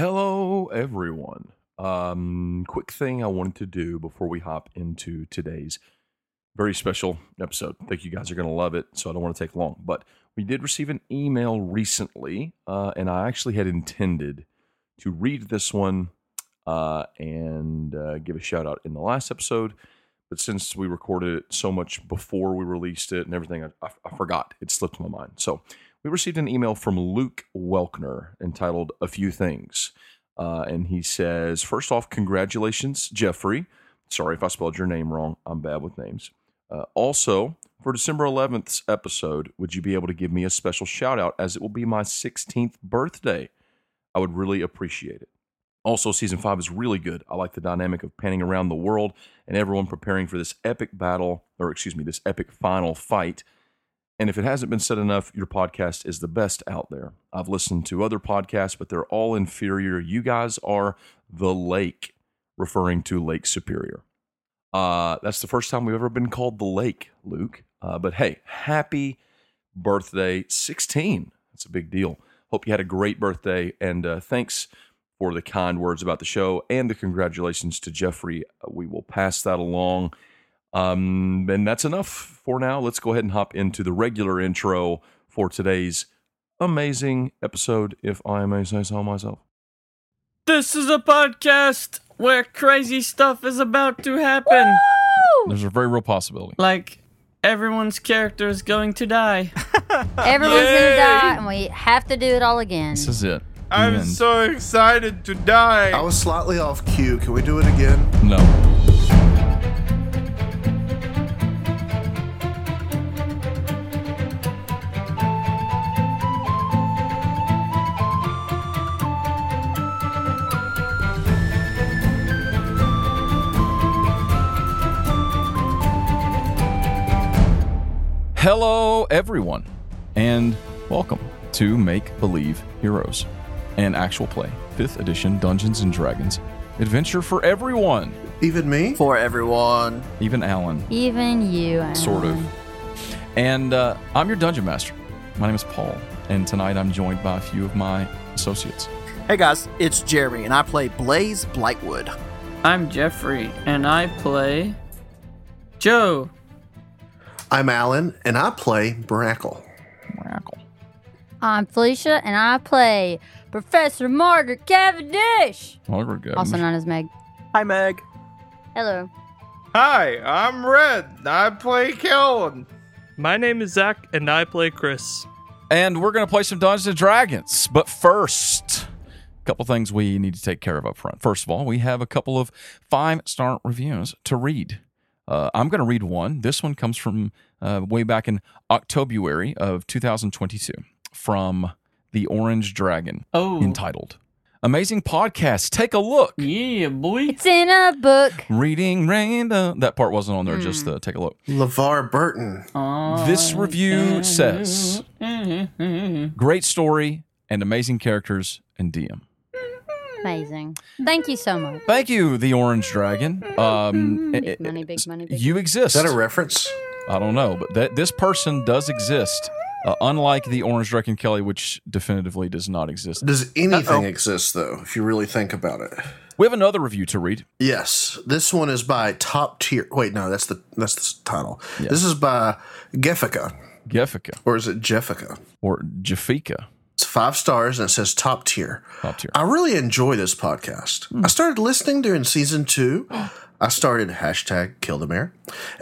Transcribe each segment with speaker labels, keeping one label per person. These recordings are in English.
Speaker 1: Hello, everyone. Um, quick thing I wanted to do before we hop into today's very special episode. I think you guys are going to love it, so I don't want to take long. But we did receive an email recently, uh, and I actually had intended to read this one uh, and uh, give a shout out in the last episode. But since we recorded it so much before we released it and everything, I, I, I forgot. It slipped my mind. So we received an email from Luke Welkner entitled A Few Things. Uh, and he says, First off, congratulations, Jeffrey. Sorry if I spelled your name wrong. I'm bad with names. Uh, also, for December 11th's episode, would you be able to give me a special shout out as it will be my 16th birthday? I would really appreciate it. Also, season five is really good. I like the dynamic of panning around the world and everyone preparing for this epic battle, or excuse me, this epic final fight. And if it hasn't been said enough, your podcast is the best out there. I've listened to other podcasts, but they're all inferior. You guys are the lake, referring to Lake Superior. Uh, that's the first time we've ever been called the lake, Luke. Uh, but hey, happy birthday 16. That's a big deal. Hope you had a great birthday. And uh, thanks for the kind words about the show and the congratulations to Jeffrey. Uh, We will pass that along. Um, and that's enough for now. Let's go ahead and hop into the regular intro for today's amazing episode, if I may say so myself.
Speaker 2: This is a podcast where crazy stuff is about to happen.
Speaker 3: There's a very real possibility.
Speaker 2: Like, everyone's character is going to die.
Speaker 4: Everyone's
Speaker 5: Yay!
Speaker 4: gonna die, and we have to do it all again.
Speaker 3: This is it.
Speaker 5: I'm
Speaker 3: The end.
Speaker 5: so excited to die.
Speaker 6: I was slightly off cue. Can we do it again?
Speaker 3: no. Hello, everyone, and welcome to Make Believe Heroes, an actual play, 5th edition Dungeons and Dragons adventure for everyone,
Speaker 6: Even me?
Speaker 7: for everyone.
Speaker 3: even Alan,
Speaker 4: Even you, Alan.
Speaker 3: sort of. And uh, I'm your dungeon master. My name is Paul, and tonight I'm joined by a few of my associates.
Speaker 7: Hey guys, it's Jeremy, and I play Blaze Blightwood.
Speaker 2: I'm Jeffrey, and I play Joe.
Speaker 6: I'm Alan, and I play Brackle.
Speaker 3: Miracle.
Speaker 4: I'm Felicia, and I play Professor Margaret Cavendish,
Speaker 3: Well, we're good.
Speaker 4: also known as Meg.
Speaker 7: Hi, Meg.
Speaker 4: Hello.
Speaker 5: Hi, I'm Red. I play Kellen.
Speaker 8: My name is Zach, and I play Chris.
Speaker 3: And we're going to play some Dungeons and Dragons. But first, a couple things we need to take care of up front. First of all, we have a couple of five star reviews to read. Uh, I'm going to read one. This one comes from uh, way back in Octobuary of 2022 from The Orange Dragon,
Speaker 2: Oh,
Speaker 3: entitled Amazing Podcast. Take a look.
Speaker 2: yeah, boy.
Speaker 4: It's in a book.
Speaker 3: Reading Rainbow. That part wasn't on
Speaker 2: Hmm.
Speaker 3: there, just uh, take a look.
Speaker 6: LeVar Burton.
Speaker 3: This review says
Speaker 2: Mhm.
Speaker 3: great story and amazing characters and DM.
Speaker 4: Amazing. Thank you so much.
Speaker 3: Thank you, the Orange Dragon. Um,
Speaker 4: Big Mm-hmm. money, big money, big
Speaker 3: you
Speaker 6: Is
Speaker 3: exist.
Speaker 6: that a reference?
Speaker 3: I don't know, but that this person does exist. Uh, unlike the Orange Dragon Kelly, which definitively does not exist.
Speaker 6: Does anything exist, though, if you really think about it?
Speaker 3: We have another review to read.
Speaker 6: Yes. This one is by Top Tier. Wait, no, that's the that's the title. This is by Geffica,
Speaker 3: Gefika
Speaker 6: or is it Jeffica?
Speaker 3: or Jafika.
Speaker 6: It's five stars and it says Top Tier.
Speaker 3: Top tier. Hmm.
Speaker 6: I really enjoy this podcast. I started listening during season two. I started hashtag kill the mayor,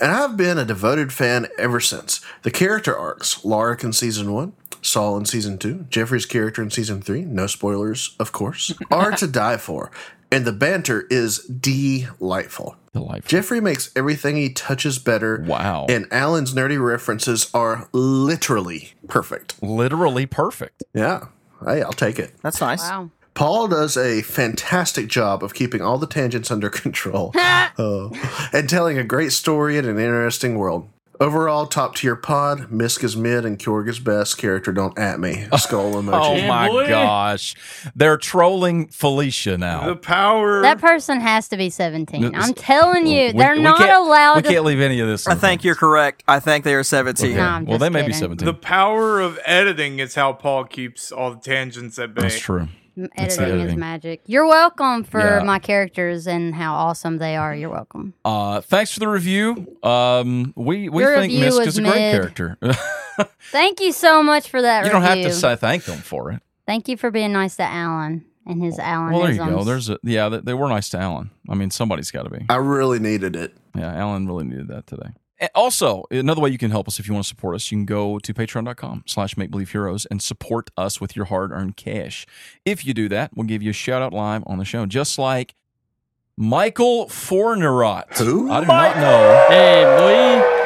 Speaker 6: and I've been a devoted fan ever since. The character arcs: Lark in season one, Saul in season two, Jeffrey's character in season three. No spoilers, of course. Are to die for, and the banter is delightful.
Speaker 3: Delightful.
Speaker 6: Jeffrey makes everything he touches better.
Speaker 3: Wow.
Speaker 6: And Alan's nerdy references are literally perfect.
Speaker 3: Literally perfect.
Speaker 6: Yeah. Hey, I'll take it.
Speaker 7: That's nice.
Speaker 4: Wow.
Speaker 6: Paul does a fantastic job of keeping all the tangents under control Oh. and telling a great story in an interesting world. Overall, top tier pod. Misk is mid and Kjorg is best. Character don't at me. Skull
Speaker 3: Oh
Speaker 6: emoji.
Speaker 2: Yeah,
Speaker 3: my
Speaker 2: boy.
Speaker 3: gosh. They're trolling Felicia
Speaker 5: The
Speaker 3: now.
Speaker 5: power.
Speaker 4: That person has to be 17.
Speaker 3: This-
Speaker 4: I'm telling you, they're not
Speaker 3: can't,
Speaker 4: allowed
Speaker 3: We
Speaker 4: to.
Speaker 3: can't leave any of this.
Speaker 7: I think you're correct. I think they are 17.
Speaker 3: Okay.
Speaker 4: No, I'm
Speaker 3: well,
Speaker 4: just
Speaker 3: they may be
Speaker 4: kidding.
Speaker 3: seventeen.
Speaker 5: the power of editing is how Paul keeps all the tangents at bay.
Speaker 3: That's true.
Speaker 4: M-
Speaker 3: That's the
Speaker 4: Editing is
Speaker 3: editing.
Speaker 4: magic. You're welcome for
Speaker 3: Yeah.
Speaker 4: my characters and how awesome they are. You're welcome.
Speaker 3: Uh, thanks for the review. Um, we we
Speaker 4: Your
Speaker 3: think
Speaker 4: review
Speaker 3: Misk
Speaker 4: was
Speaker 3: is a great
Speaker 4: mid.
Speaker 3: character. you
Speaker 4: Thank you so much for that
Speaker 3: don't have
Speaker 4: review.
Speaker 3: to say thank them for it.
Speaker 4: Thank you for being nice to Alan and his Alanisms.
Speaker 3: Well, there you go. There's a yeah. They, they were nice to Alan. I mean, somebody's got to be.
Speaker 6: I really needed it.
Speaker 3: Yeah, Alan really needed that today. And also, another way you can help us if you want to support us, you can go to patreon.com slash make believe heroes and support us with your hard earned cash. If you do that, we'll give you a shout out live on the show, just like Michael Fornerot.
Speaker 6: Who?
Speaker 3: I do not know
Speaker 2: Hey,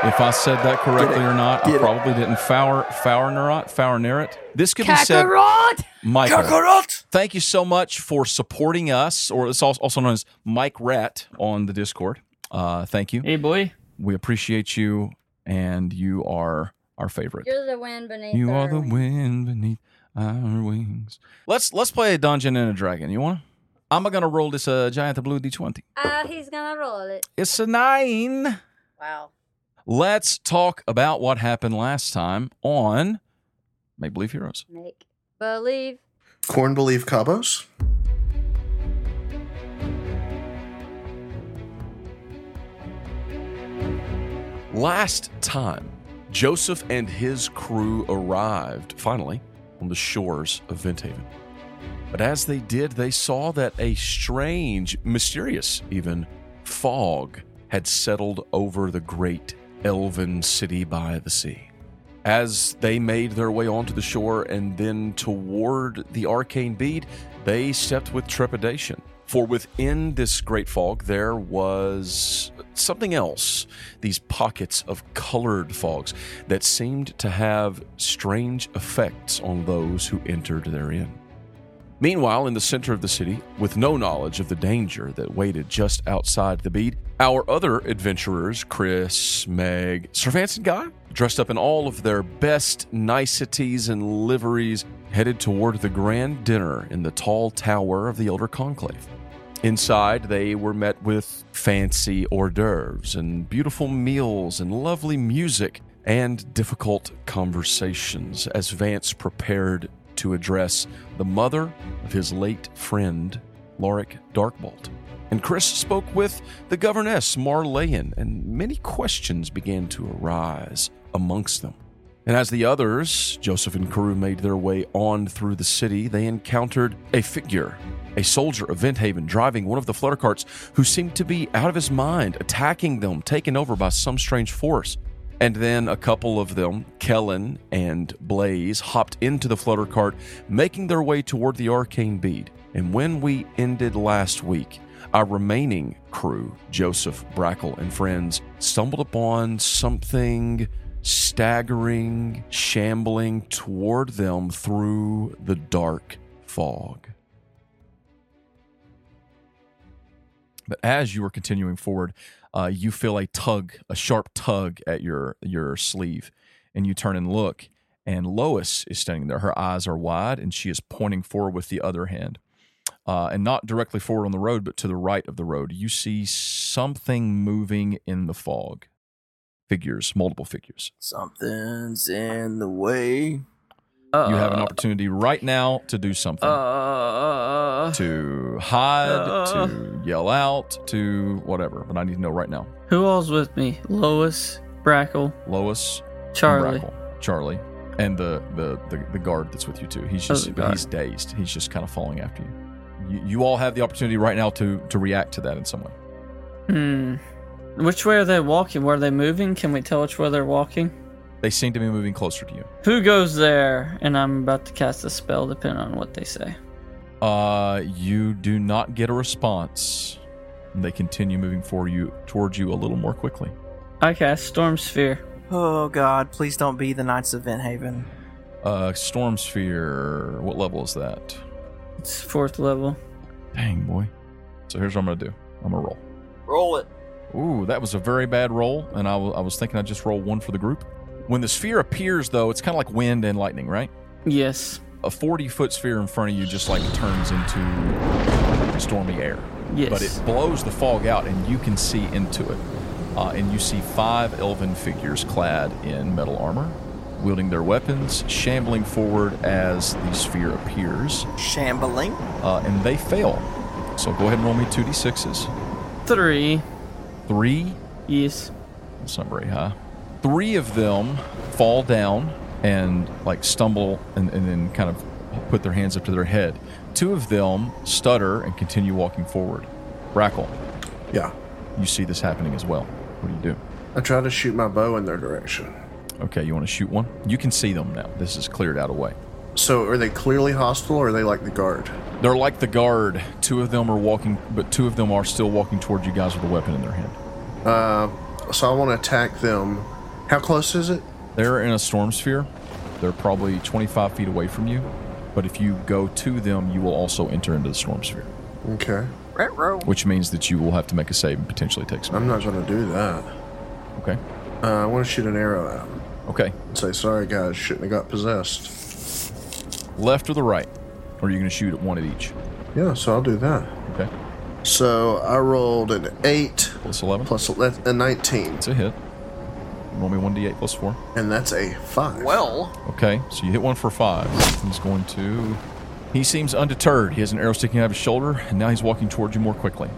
Speaker 2: boy.
Speaker 3: if I said that correctly or not.
Speaker 6: Get
Speaker 3: I
Speaker 6: it.
Speaker 3: probably didn't. Fower Fowernerot? Fowernerot? This could be said
Speaker 4: Kakarot!
Speaker 3: Michael. Thank you so much for supporting us, or it's al- also known as Mike Rat on the Discord. Uh, thank you
Speaker 2: Hey, boy.
Speaker 3: we appreciate you and you are our favorite
Speaker 4: You're the wind beneath.
Speaker 3: you are
Speaker 4: our
Speaker 3: the
Speaker 4: wings.
Speaker 3: wind beneath our wings let's let's play a dungeon and a dragon you want to i'm gonna roll this uh, giant blue d20
Speaker 4: Ah, he's gonna roll it.
Speaker 3: it's a nine
Speaker 4: Wow.
Speaker 3: let's talk about what happened last time on make believe heroes
Speaker 4: Make believe.
Speaker 6: Corn believe Cabos?
Speaker 1: Last time, Joseph and his crew arrived, finally, on the shores of Venthaven. But as they did, they saw that a strange, mysterious even, fog had settled over the great elven city by the sea. As they made their way onto the shore and then toward the arcane bead, they stepped with trepidation. For within this great fog, there was something else these pockets of colored fogs that seemed to have strange effects on those who entered therein. Meanwhile, in the center of the city, with no knowledge of the danger that waited just outside the bead, our other adventurers, Chris, Meg, Servance, and Guy, dressed up in all of their best niceties and liveries, headed toward the grand dinner in the tall tower of the Elder Conclave. Inside, they were met with fancy hors d'oeuvres and beautiful meals and lovely music and difficult conversations as Vance prepared to address the mother of his late friend, Lorik Darkbolt. And Chris spoke with the governess, Marleyan, and many questions began to arise amongst them. And as the others, Joseph and Carew, made their way on through the city, they encountered a figure, a soldier of Venthaven, driving one of the flutter carts who seemed to be out of his mind, attacking them, taken over by some strange force. And then a couple of them, Kellen and Blaze, hopped into the flutter cart, making their way toward the arcane bead. And when we ended last week, our remaining crew, Joseph, Brackle, and friends, stumbled upon something staggering, shambling toward them through the dark fog.
Speaker 3: But as you were continuing forward, uh, you feel a tug, a sharp tug at your your sleeve, and you turn and look, and Lois is standing there. Her eyes are wide, and she is pointing forward with the other hand, uh, and not directly forward on the road, but to the right of the road. You see something moving in the fog, figures, multiple figures.
Speaker 7: Something's in the way.
Speaker 3: you have an opportunity right now to do something.
Speaker 2: Uh,
Speaker 3: to hide,
Speaker 2: Uh.
Speaker 3: to yell out, to whatever, but I need to know right now.
Speaker 2: who all's with me? Lois, Brackle,
Speaker 3: Lois,
Speaker 2: Charlie.
Speaker 3: Brackle, Charlie, and the, the the the guard that's with you too. He's just
Speaker 2: Oh,
Speaker 3: but
Speaker 2: God.
Speaker 3: he's dazed. He's just kind of falling after you. you. You all have the opportunity right now to to react to that in some way.
Speaker 2: Hmm. Which way are they walking? Were they moving? Can we tell which way they're walking?
Speaker 3: They seem to be moving closer to you.
Speaker 2: Who goes there? And I'm about to cast a spell, depending on what they say.
Speaker 3: Uh, you do not get a response. And they continue moving for you towards you a little more quickly.
Speaker 2: I cast Storm Sphere.
Speaker 9: Oh God, please don't be the Knights of Venthaven.
Speaker 3: Uh, storm sphere. What level is that?
Speaker 2: It's fourth level.
Speaker 3: Dang boy. So here's what I'm gonna do. I'm gonna roll.
Speaker 7: Roll it.
Speaker 3: Ooh, that was a very bad roll, and I wa- I was thinking I'd just roll one for the group. When the sphere appears, though, it's kind of like wind and lightning, right?
Speaker 2: Yes.
Speaker 3: A 40 foot sphere in front of you just like turns into stormy air.
Speaker 2: Yes.
Speaker 3: But it blows the fog out, and you can see into it. Uh, and you see five elven figures clad in metal armor. wielding their weapons, shambling forward as the sphere appears,
Speaker 7: Shambling.
Speaker 3: uh, and they fail. So go ahead and roll me 2d6s.
Speaker 2: Three.
Speaker 3: Three
Speaker 2: Yes.
Speaker 3: It's not very high. Three of them fall down and like stumble and, and then kind of put their hands up to their head. Two of them stutter and continue walking forward. Rackle,
Speaker 6: Yeah.
Speaker 3: you see this happening as well. What do you do?
Speaker 6: I try to shoot my bow in their direction.
Speaker 3: Okay, you want to shoot one? You can see them now. This is cleared out of way.
Speaker 6: So are they clearly hostile or are they like the guard?
Speaker 3: They're like the guard. Two of them are walking, but two of them are still walking towards you guys with a weapon in their hand.
Speaker 6: Uh, So I want to attack them. How close is it?
Speaker 3: They're in a storm sphere. They're probably 25 feet away from you. But if you go to them, you will also enter into the storm sphere,
Speaker 6: Okay.
Speaker 7: Rat roll.
Speaker 3: which means that you will have to make a save and potentially take some.
Speaker 6: I'm not going to do that.
Speaker 3: Okay.
Speaker 6: Uh, I want to shoot an arrow at them
Speaker 3: Okay.
Speaker 6: and say, sorry, guys, shouldn't have got possessed.
Speaker 3: Left or the right? Or are you going to shoot at one at each?
Speaker 6: Yeah, so I'll do that.
Speaker 3: Okay.
Speaker 6: So I rolled an 8
Speaker 3: Plus 11.
Speaker 6: plus a a 19,
Speaker 3: It's a hit. Roll me 1d8 plus 4.
Speaker 6: and that's a 5.
Speaker 7: Well,
Speaker 3: Okay, so you hit one for five. He's going to. He seems undeterred. He has an arrow sticking out of his shoulder, and now he's walking towards you more quickly.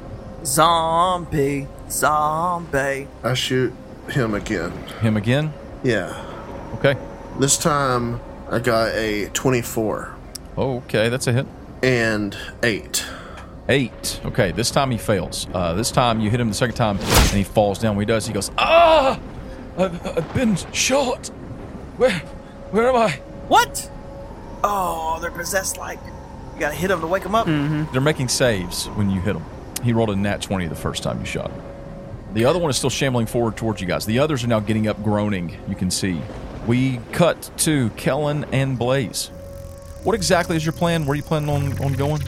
Speaker 7: zombie, zombie.
Speaker 6: I shoot him again.
Speaker 3: Him again.
Speaker 6: Yeah.
Speaker 3: Okay.
Speaker 6: This time I got a 24
Speaker 3: Okay, that's a hit.
Speaker 6: and 8.
Speaker 3: Eight. Okay, this time he fails. Uh, this time you hit him the second time, and he falls down. When he does, he goes, "Ah! I've, I've been shot. Where, where am I?"
Speaker 7: What?
Speaker 9: Oh, they're possessed like. You gotta hit them to wake them up.
Speaker 3: They're making saves when you hit him. He rolled a nat 20 the first time you shot him. The other one is still shambling forward towards you guys. The others are now getting up, groaning, you can see. We cut to Kellen and Blaze. What exactly is your plan? Where are you planning on, on going?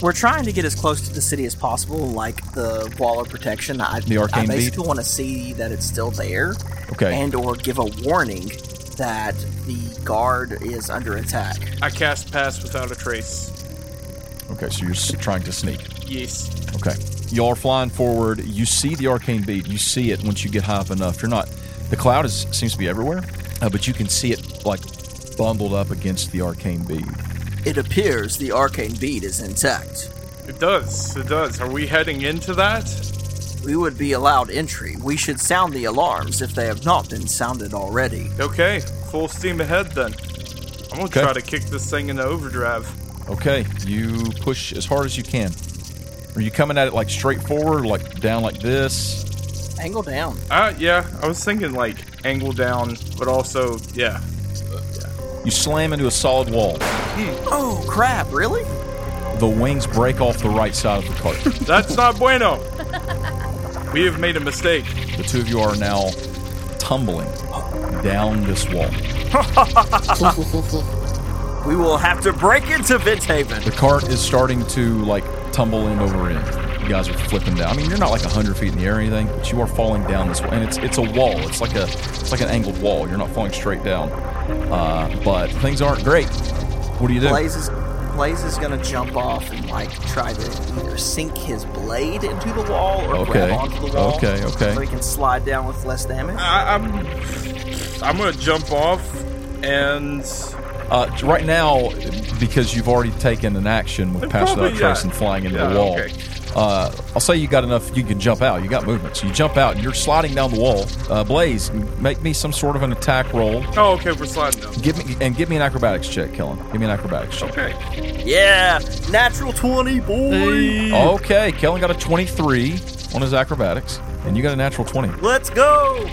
Speaker 7: We're trying to get as close to the city as possible, like the wall of protection. I,
Speaker 3: The arcane
Speaker 7: I basically want to see that it's still there,
Speaker 3: Okay.
Speaker 7: and or give a warning that the guard is under attack.
Speaker 5: I cast pass without a trace.
Speaker 3: okay, so you're s- trying to sneak.
Speaker 5: Yes.
Speaker 3: Okay. Y'all are flying forward. You see the arcane bead. You see it once you get high up enough. You're not. The cloud is, seems to be everywhere, uh, but you can see it like bundled up against the arcane bead.
Speaker 7: It appears the arcane bead is intact.
Speaker 5: It does. It does. Are we heading into that?
Speaker 7: We would be allowed entry. We should sound the alarms if they have not been sounded already.
Speaker 5: Okay. Full steam ahead then. I'm gonna
Speaker 3: Okay.
Speaker 5: try to kick this thing into overdrive.
Speaker 3: Okay, you push as hard as you can. Are you coming at it like straight forward, like down like this?
Speaker 7: Angle down.
Speaker 5: Uh, yeah. I was thinking like angle down, but also yeah.
Speaker 3: You slam into a solid wall.
Speaker 5: Hmm.
Speaker 7: Oh crap! Really?
Speaker 3: The wings break off the right side of the cart.
Speaker 5: That's not bueno. We have made a mistake.
Speaker 3: the two of you are now tumbling down this wall.
Speaker 7: We will have to break into Venthaven.
Speaker 3: The cart is starting to like tumble end over end. You guys are flipping down. I mean, you're not like 100 feet in the air or anything, but you are falling down this wall. And it's it's a wall. It's like a it's like an angled wall. You're not falling straight down. Uh, but things aren't great. What do you do?
Speaker 7: Blaze is Blaze is gonna jump off and like try to either sink his blade into the wall or grab
Speaker 3: Okay.
Speaker 7: onto the wall.
Speaker 3: Okay, okay.
Speaker 7: So he can slide down with less damage.
Speaker 5: I, I'm I'm gonna jump off and
Speaker 3: Uh, right now, because you've already taken an action with Pass Without
Speaker 5: Probably,
Speaker 3: Trace
Speaker 5: yeah.
Speaker 3: and flying into
Speaker 5: Yeah,
Speaker 3: the wall,
Speaker 5: okay.
Speaker 3: uh, I'll say you got enough. You can jump out. You got movement, so you jump out and you're sliding down the wall. Uh, Blaze, make me some sort of an attack roll.
Speaker 5: oh okay we're sliding down.
Speaker 3: Give me and give me an acrobatics check, Kellen. Give me an acrobatics check.
Speaker 5: Okay.
Speaker 7: yeah, natural twenty, boy.
Speaker 3: Okay, Kellen got a 23 on his acrobatics, and you got a natural 20.
Speaker 7: Let's go.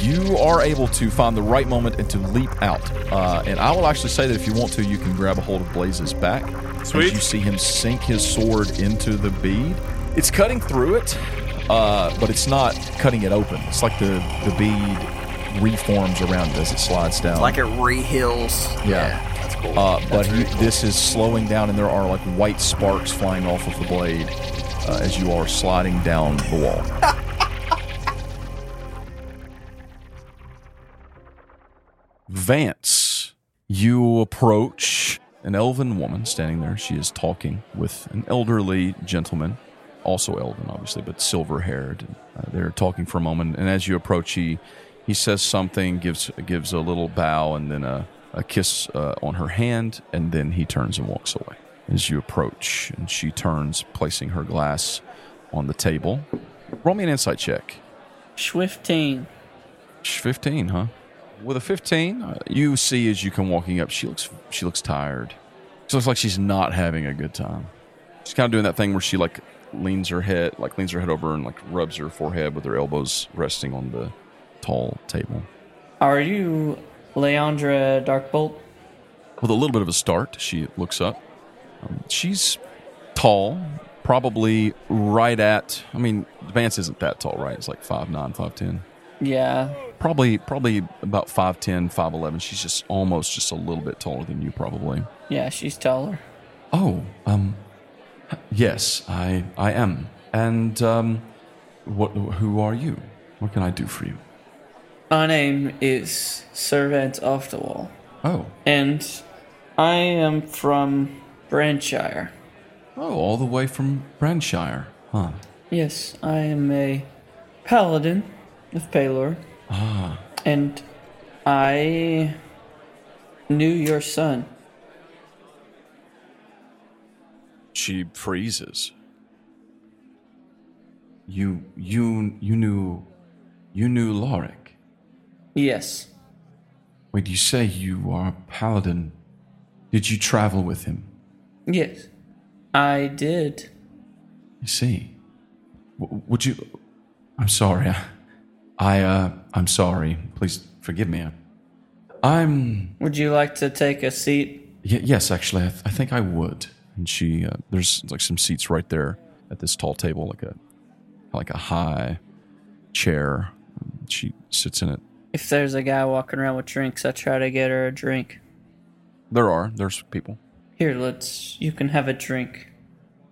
Speaker 3: You are able to find the right moment and to leap out. Uh, and I will actually say that if you want to, you can grab a hold of Blaze's back.
Speaker 5: Sweet.
Speaker 3: As you see him sink his sword into the bead, it's cutting through it, uh, but it's not cutting it open. It's like the, the bead reforms around it as it slides down.
Speaker 7: Like it reheals.
Speaker 3: Yeah.
Speaker 7: that's cool.
Speaker 3: Uh, but
Speaker 7: That's
Speaker 3: he,
Speaker 7: really cool.
Speaker 3: this is slowing down, and there are like white sparks flying off of the blade uh, as you are sliding down the wall. Vance, you approach an elven woman standing there. She is talking with an elderly gentleman, also elven, obviously, but silver haired. Uh, they're talking for a moment, and as you approach, he He says something, gives gives a little bow, and then a, a kiss uh, on her hand, and then he turns and walks away. As you approach, and she turns, placing her glass on the table. Roll me an insight check.
Speaker 2: Swifteen.
Speaker 3: Sh- 15, huh? With a 15, uh, you see as you come walking up, she looks she looks tired. She looks like she's not having a good time. She's kind of doing that thing where she like leans her head, like leans her head over and like rubs her forehead with her elbows resting on the tall table.
Speaker 2: Are you Leandra Darkbolt?
Speaker 3: With a little bit of a start, she looks up. Um, she's tall, probably right at. I mean, Vance isn't that tall, right? It's like five nine, five ten.
Speaker 2: Yeah.
Speaker 3: probably probably about 5'10 5'11 she's just almost just a little bit taller than you probably
Speaker 2: Yeah, she's taller.
Speaker 3: oh um yes i i am and um what who are you what can i do for you
Speaker 2: My name is Servant Off the Wall,
Speaker 3: oh
Speaker 2: and I am from Branchire.
Speaker 3: oh all the way from branshire huh
Speaker 2: Yes, I am a paladin of Palor. Ah. And I knew your son.
Speaker 3: she freezes you you you knew you knew lorik
Speaker 2: Yes.
Speaker 3: wait you say you are a paladin did you travel with him
Speaker 2: Yes. I did.
Speaker 3: I see. W- would you? I'm sorry. I- I, uh, I'm sorry. Please forgive me. I'm.
Speaker 2: Would you like to take a seat?
Speaker 3: Y- yes, actually, I, th- I think I would. And she, uh, there's like some seats right there at this tall table, like a, like a high chair. She sits in it.
Speaker 2: If there's a guy walking around with drinks, I try to get her a drink.
Speaker 3: There are there's people.
Speaker 2: Here, let's. You can have a drink.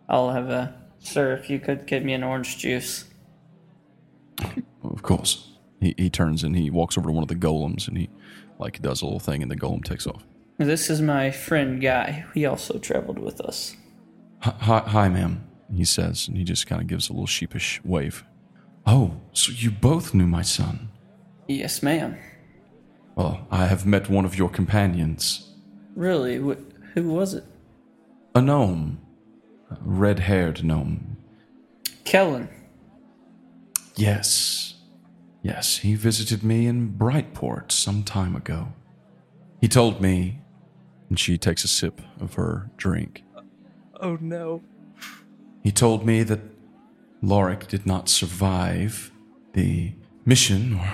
Speaker 2: I'll have a. Sir, if you could get me an orange juice.
Speaker 3: Of course. He, he turns and he walks over to one of the golems and he, like, does a little thing and the golem takes off.
Speaker 2: This is my friend Guy. He also traveled with us.
Speaker 3: "Hi- hi, hi ma'am he says and he just kind of gives a little sheepish wave oh so you both knew my son
Speaker 2: Yes, ma'am.
Speaker 3: well i have met one of your companions
Speaker 2: Really? Wh- who was it?
Speaker 3: a gnome a red-haired gnome
Speaker 2: Kellen.
Speaker 3: yes yes he visited me in brightport some time ago he told me and she takes a sip of her drink
Speaker 8: Oh no.
Speaker 3: He told me that Lorik did not survive the mission or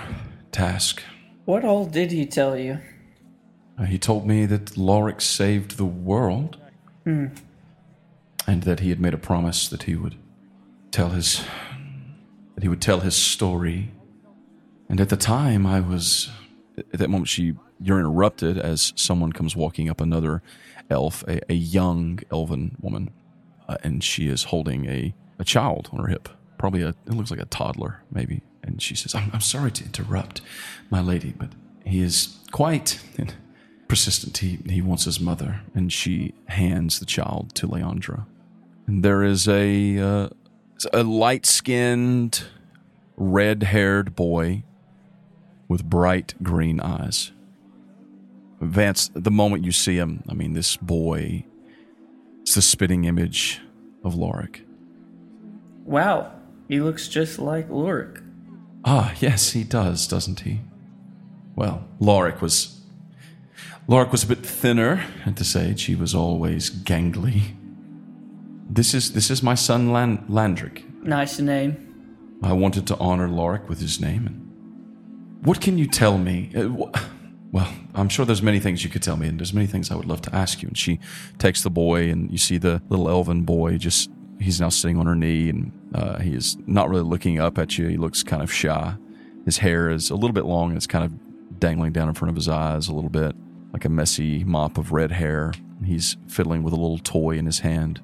Speaker 3: task.
Speaker 2: What all did he tell you?
Speaker 3: Uh, He told me that Lorik saved the world
Speaker 2: Hmm.
Speaker 3: and that he had made a promise that he would tell his that he would tell his story. And at the time I was at that moment she you're interrupted as someone comes walking up another elf, a, a young elven woman. uh, and she is holding a, a child on her hip. Probably a, it looks like a toddler, maybe. And she says, I'm, I'm sorry to interrupt, my lady, but he is quite persistent. He, he wants his mother. And she hands the child to Leandra. And there is a, uh, a light skinned, red haired boy with bright green eyes. Vance, the moment you see him, I mean, this boy it's the spitting image of Lorik.
Speaker 2: Wow, he looks just like Lorik.
Speaker 3: Ah, yes, he does, doesn't he? Well, Lorik was. Lorik was a bit thinner at this age. He was always gangly. This is this is my son Lan- Landric.
Speaker 2: Nice name.
Speaker 3: I wanted to honor Lorik with his name. And what can you tell me? Uh, wh- well, I'm sure there's many things you could tell me, and there's many things I would love to ask you. And she takes the boy, and you see the little elven boy just. He's now sitting on her knee, and uh, he is not really looking up at you. He looks kind of shy. His hair is a little bit long, and it's kind of dangling down in front of his eyes a little bit, like a messy mop of red hair. He's fiddling with a little toy in his hand.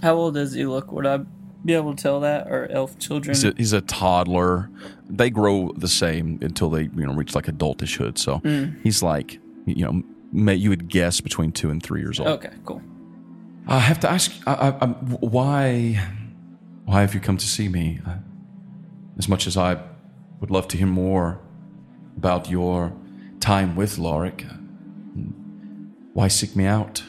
Speaker 2: How old does he look? Would I be able to tell that? Or elf children?
Speaker 3: He's a, he's a toddler. They grow the same until they you know reach like adultish hood. So
Speaker 2: Mm.
Speaker 3: he's like you know may, you would guess between two and three years old.
Speaker 2: okay, cool.
Speaker 3: I have to ask I, I, I, why why have you come to see me? I, as much as I would love to hear more about your time with Lorik. Why seek me out?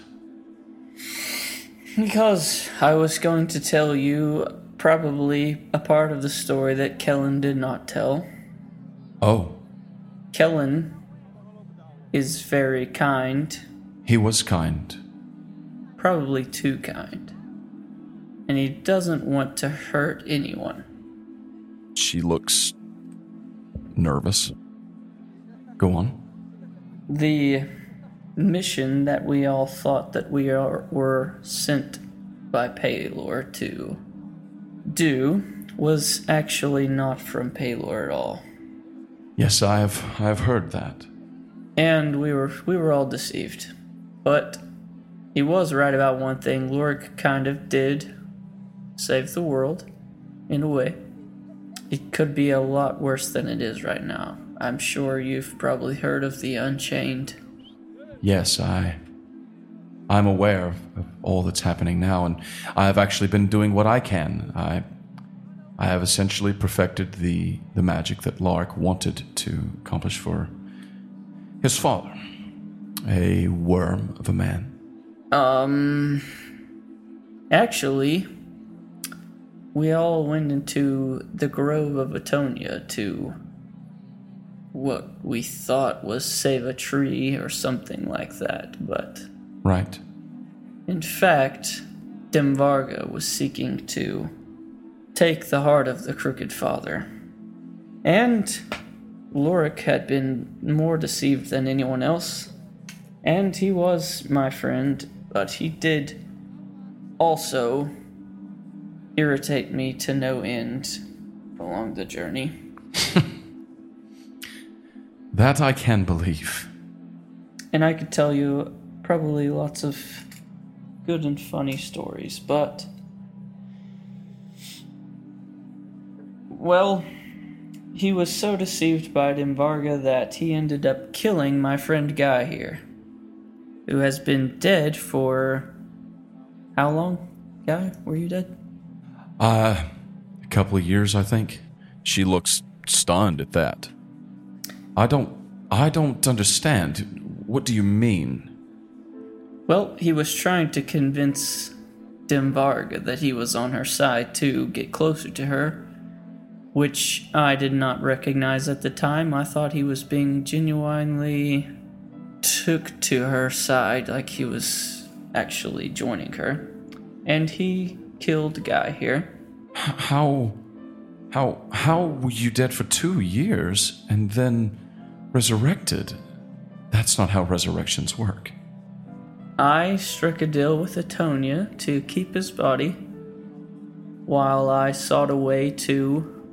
Speaker 2: Because I was going to tell you probably a part of the story that Kellen did not tell.
Speaker 3: Oh,
Speaker 2: Kellen is very kind,
Speaker 3: he was kind.
Speaker 2: probably too kind. And he doesn't want to hurt anyone.
Speaker 3: She looks nervous. Go on.
Speaker 2: The mission that we all thought that we are, were sent by Paylor to do was actually not from Paylor at all.
Speaker 3: Yes, I have I have heard that.
Speaker 2: and we were we were all deceived. But he was right about one thing. Lorik kind of did save the world in a way. It could be a lot worse than it is right now. I'm sure you've probably heard of the Unchained.
Speaker 3: Yes, I I'm aware of, of all that's happening now and I have actually been doing what I can. I I have essentially perfected the the magic that Lark wanted to accomplish for his father, a worm of a man.
Speaker 2: Um actually we all went into the Grove of Atonia to what we thought was save a tree or something like that, but
Speaker 3: Right.
Speaker 2: In fact, Demvarga was seeking to take the heart of the Crooked Father. And Lorik had been more deceived than anyone else. And he was my friend, but he did also irritate me to no end along the journey.
Speaker 3: That I can believe.
Speaker 2: and I could tell you probably lots of good and funny stories, but. Well, he was so deceived by Dimvarga that he ended up killing my friend Guy here, who has been dead for. How long? Guy, were you dead?
Speaker 3: Uh a couple of years, I think. She looks stunned at that. I don't I don't understand. What do you mean?
Speaker 2: Well, he was trying to convince Dimvarga that he was on her side to get closer to her, which I did not recognize at the time. I thought he was being genuinely took to her side, like he was actually joining her. And he killed Guy here.
Speaker 3: How, how, how were you dead for two years and then resurrected? That's not how resurrections work.
Speaker 2: I struck a deal with Atonia to keep his body while I sought a way to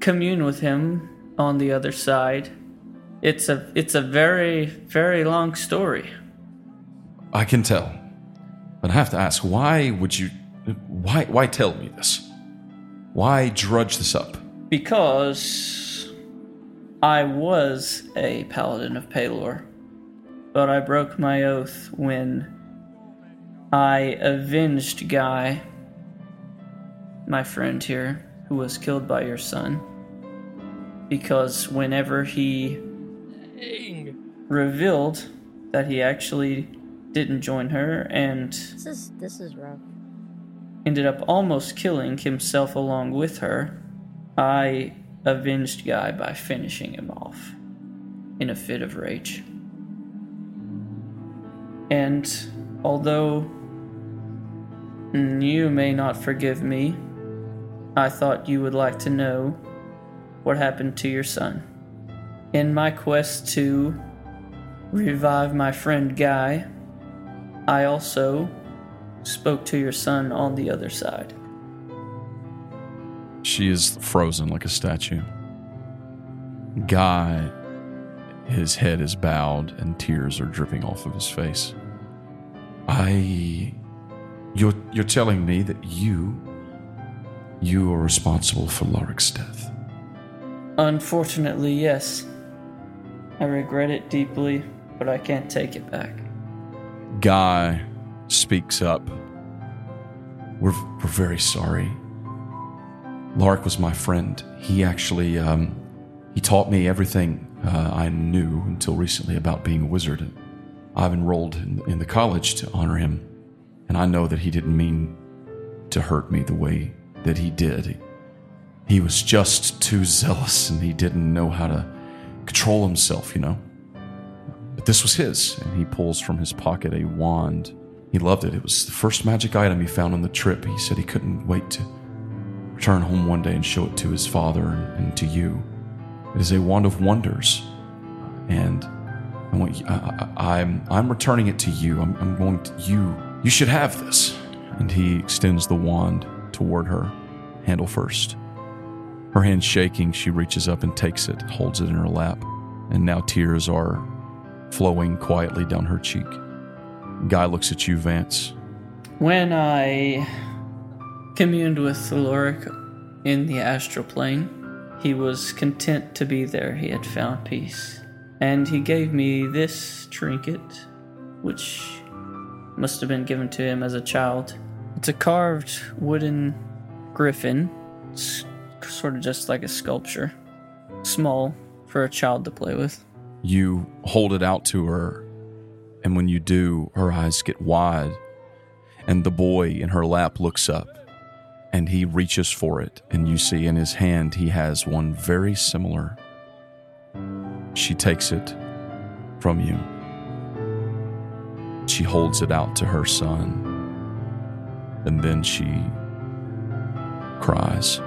Speaker 2: commune with him on the other side. It's a it's a very very long story.
Speaker 3: I can tell, but I have to ask: Why would you? Why, why tell me this? Why drudge this up?
Speaker 2: because I was a paladin of Palor, but I broke my oath when I avenged Guy, my friend here, who was killed by your son. Because whenever he revealed that he actually didn't join her and
Speaker 4: This is this is rough.
Speaker 2: ended up almost killing himself along with her, I avenged Guy by finishing him off in a fit of rage. And although you may not forgive me, I thought you would like to know what happened to your son. In my quest to revive my friend Guy, I also spoke to your son on the other side.
Speaker 3: She is frozen like a statue. Guy, his head is bowed and tears are dripping off of his face. I. You're, you're telling me that you. You are responsible for Lorik's death.
Speaker 2: Unfortunately, yes. I regret it deeply, but I can't take it back.
Speaker 3: Guy speaks up. We're, we're very sorry. Lark was my friend. He actually um, he taught me everything uh, I knew until recently about being a wizard. I've enrolled in, in the college to honor him, and I know that he didn't mean to hurt me the way that he did. He was just too zealous and he didn't know how to control himself, you know? But this was his, and he pulls from his pocket a wand. He loved it. It was the first magic item he found on the trip. He said he couldn't wait to return home one day and show it to his father and, and to you. It is a wand of wonders, and I want you, I, I, I'm I'm returning it to you. I'm, I'm going to you. You should have this. And he extends the wand toward her, handle first. Her hand shaking, she reaches up and takes it, holds it in her lap, and now tears are flowing quietly down her cheek. Guy looks at you, Vance.
Speaker 2: When I communed with Thuloric in the astral plane, he was content to be there. He had found peace. And he gave me this trinket, which must have been given to him as a child. It's a carved wooden griffin, s- sort of just like a sculpture, small for a child to play with.
Speaker 3: You hold it out to her, and when you do, her eyes get wide, and the boy in her lap looks up, and he reaches for it, and you see in his hand he has one very similar. She takes it from you. She holds it out to her son, and then she cries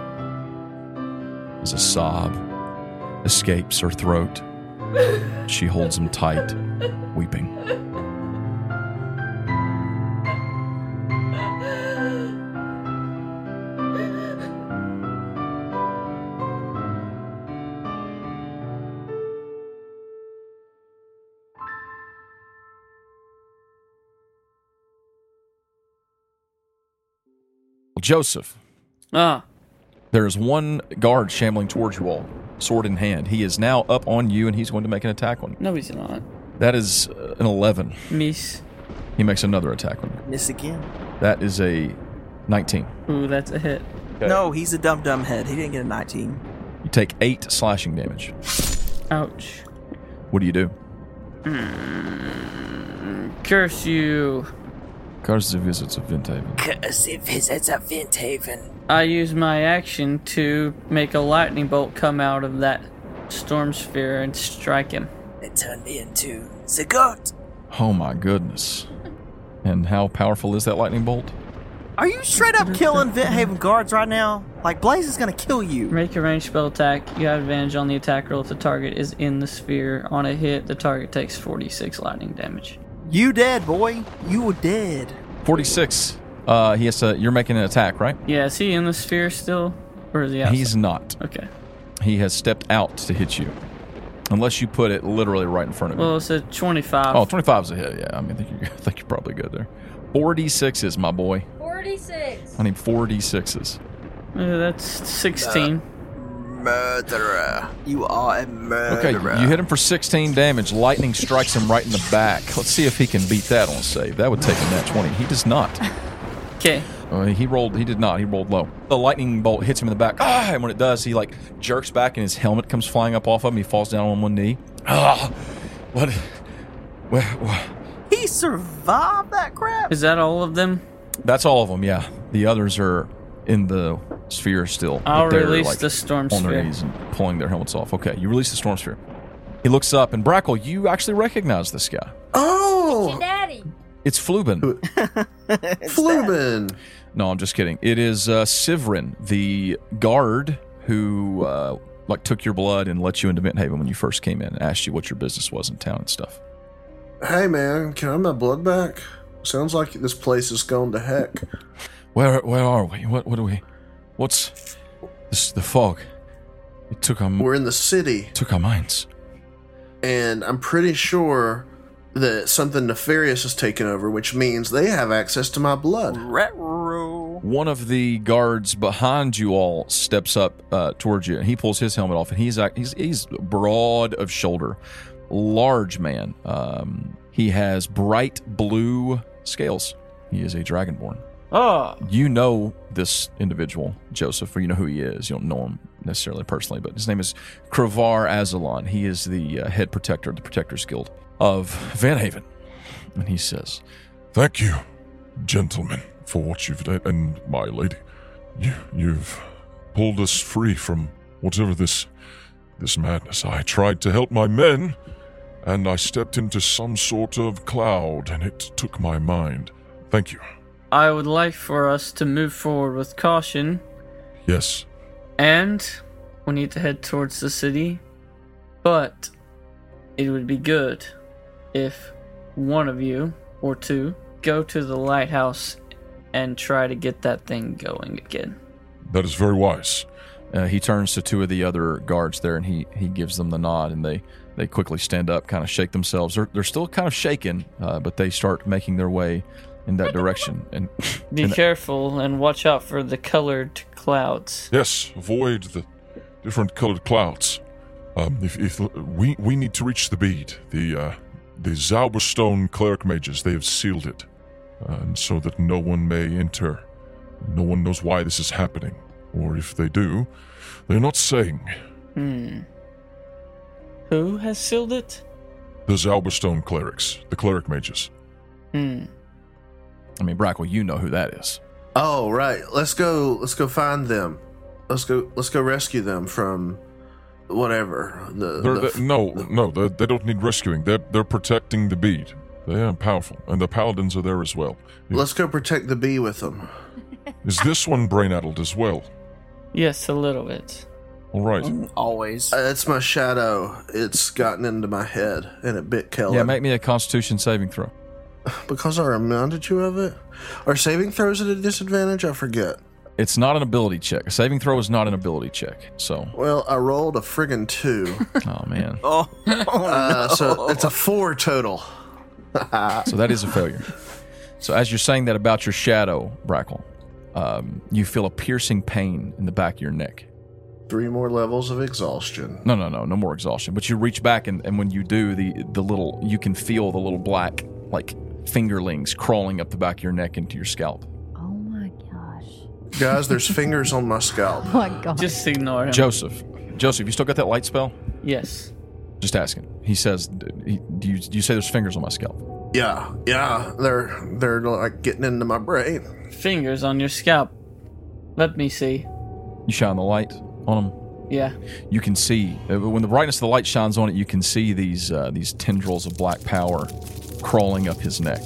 Speaker 3: as a sob escapes her throat. She holds him tight, weeping. Joseph,
Speaker 2: Ah,
Speaker 3: there is one guard shambling towards you all, sword in hand. He is now up on you and he's going to make an attack on you.
Speaker 2: no, he's not.
Speaker 3: That is uh, an 11.
Speaker 2: Miss.
Speaker 3: He makes another attack on you.
Speaker 7: Miss again.
Speaker 3: That is a 19.
Speaker 2: Ooh, that's a hit.
Speaker 7: No, he's a dumb dumb head. He didn't get a 19.
Speaker 3: You take 8 slashing damage.
Speaker 2: Ouch.
Speaker 3: What do you do?
Speaker 2: Hmm. Curse you.
Speaker 3: Cars the visits of Ventaven.
Speaker 7: Cause it visits a Venthaven.
Speaker 2: I use my action to make a lightning bolt come out of that storm sphere and strike him.
Speaker 7: It turned me into Zagot.
Speaker 3: Oh my goodness. And how powerful is that lightning bolt?
Speaker 7: Are you straight up killing Venthaven guards right now? Like, Blaze is gonna kill you.
Speaker 2: Make a ranged spell attack. You have advantage on the attack roll if the target is in the sphere. On a hit, the target takes 46 lightning damage.
Speaker 7: You dead, boy. You were dead.
Speaker 3: 46. Uh, he has to, you're making an attack, right?
Speaker 2: Yeah, is he in the sphere still? Or is he outside?
Speaker 3: He's not.
Speaker 2: Okay.
Speaker 3: He has stepped out to hit you. Unless you put it literally right in front of you.
Speaker 2: Well, uh, it's a 25.
Speaker 3: Oh, 25 is a hit. Yeah, I mean, I think you're, I think you're probably good there. 4d6s, my boy.
Speaker 4: 46.
Speaker 3: I need 4d6s.
Speaker 2: Uh, that's 16.
Speaker 9: Murderer.
Speaker 7: Uh, You are a
Speaker 3: Okay,
Speaker 7: murderer.
Speaker 3: you hit him for 16 damage. Lightning strikes him right in the back. Let's see if he can beat that on a save. That would take him that 20. He does not.
Speaker 2: Okay.
Speaker 3: Uh, he rolled. He did not. He rolled low. The lightning bolt hits him in the back. Ah! And when it does, he like jerks back, and his helmet comes flying up off of him. He falls down on one knee. Ah! What? Where, where?
Speaker 7: He survived that crap.
Speaker 2: Is that all of them?
Speaker 3: That's all of them. Yeah. The others are in the sphere still. but
Speaker 2: I'll
Speaker 3: they're,
Speaker 2: release
Speaker 3: like,
Speaker 2: the storm
Speaker 3: on their
Speaker 2: sphere.
Speaker 3: knees and pulling their helmets off. Okay, you release the storm sphere. He looks up, and Brackle, you actually recognize this guy.
Speaker 4: Your
Speaker 6: Oh,
Speaker 4: daddy.
Speaker 3: It's Flubin.
Speaker 6: Flubin.
Speaker 3: No, I'm just kidding. It is uh, Sivrin, the guard who uh, like took your blood and let you into Midhaven when you first came in and asked you what your business was in town and stuff.
Speaker 6: Hey, man, can I have my blood back? Sounds like this place is going to heck.
Speaker 3: Where where are we? What what are we? What's this? The fog. It took our
Speaker 6: We're in the city,
Speaker 3: took our minds.
Speaker 6: and I'm pretty sure that something nefarious has taken over, which means they have access to my blood.
Speaker 7: Retro.
Speaker 3: One of the guards behind you all steps up uh, towards you, and he pulls his helmet off, and he's act- he's, he's broad of shoulder, large man. Um, he has bright blue scales. He is a dragonborn.
Speaker 2: Oh,
Speaker 3: You know this individual, Joseph, or you know who he is. You don't know him necessarily personally, but his name is Kravar Azalon. He is the uh, head protector of the Protectors Guild of Van Haven. And he says,
Speaker 10: Thank you, gentlemen, for what you've done, and my lady. You, you've pulled us free from whatever this this madness. I tried to help my men, and I stepped into some sort of cloud, and it took my mind. Thank you.
Speaker 2: I would like for us to move forward with caution,
Speaker 10: Yes,
Speaker 2: and we need to head towards the city. But it would be good if one of you or two go to the lighthouse and try to get that thing going again.
Speaker 10: that is very wise.
Speaker 3: Uh, he turns to two of the other guards there, and he he gives them the nod, and they they quickly stand up, kind of shake themselves. They're they're still kind of shaken, uh, but they start making their way in that direction. And
Speaker 2: Be careful and watch out for the colored clouds.
Speaker 10: Yes, avoid the different colored clouds. Um, if, if we we need to reach the bead, the uh, the Zauberstone cleric mages they have sealed it, and so that no one may enter. No one knows why this is happening, or if they do, they're not saying.
Speaker 2: Hmm. Who has sealed it?
Speaker 10: The Zauberstone clerics, the cleric mages.
Speaker 2: Hmm.
Speaker 3: I mean, Brackwell, you know who that is.
Speaker 6: Oh right, let's go. Let's go find them. Let's go. Let's go rescue them from whatever. The,
Speaker 10: They're,
Speaker 6: the-
Speaker 10: they no, no, they they don't need rescuing. They're they're protecting the bead. They are powerful, and the paladins are there as well.
Speaker 6: let's go protect the bee with them.
Speaker 10: Is this one brain addled as well?
Speaker 2: Yes, a little bit.
Speaker 10: All right.
Speaker 4: Mm,
Speaker 7: Always.
Speaker 6: Uh, It's my shadow. It's gotten into my head and it bit Kellen.
Speaker 3: Yeah, make me a Constitution saving throw.
Speaker 6: because I reminded you of it. Are saving throws at a disadvantage? I forget.
Speaker 3: It's not an ability check. A saving throw is not an ability check. So,
Speaker 6: Well, I rolled a friggin' two,
Speaker 3: oh man,
Speaker 7: Oh,
Speaker 6: uh, so it's a four total.
Speaker 3: so that is a failure. So as you're saying that about your shadow, Brackwell, um, you feel a piercing pain in the back of your neck.
Speaker 6: Three more levels of exhaustion.
Speaker 3: No, no, no, no more exhaustion. But you reach back, and, and when you do, the the little you can feel the little black like fingerlings crawling up the back of your neck into your scalp.
Speaker 4: Oh my gosh.
Speaker 6: Guys, there's fingers on my scalp.
Speaker 4: Oh my gosh.
Speaker 2: Just ignore him.
Speaker 3: Joseph, Joseph, you still got that light spell?
Speaker 2: yes.
Speaker 3: Just asking. He says, d- he, "Do you do you say there's fingers on my scalp?"
Speaker 6: Yeah, yeah, they're they're like getting into my brain.
Speaker 2: Fingers on your scalp. Let me see.
Speaker 3: You shine the light on them.
Speaker 2: Yeah.
Speaker 3: you can see uh, when the brightness of the light shines on it you can see these uh, these tendrils of black power crawling up his neck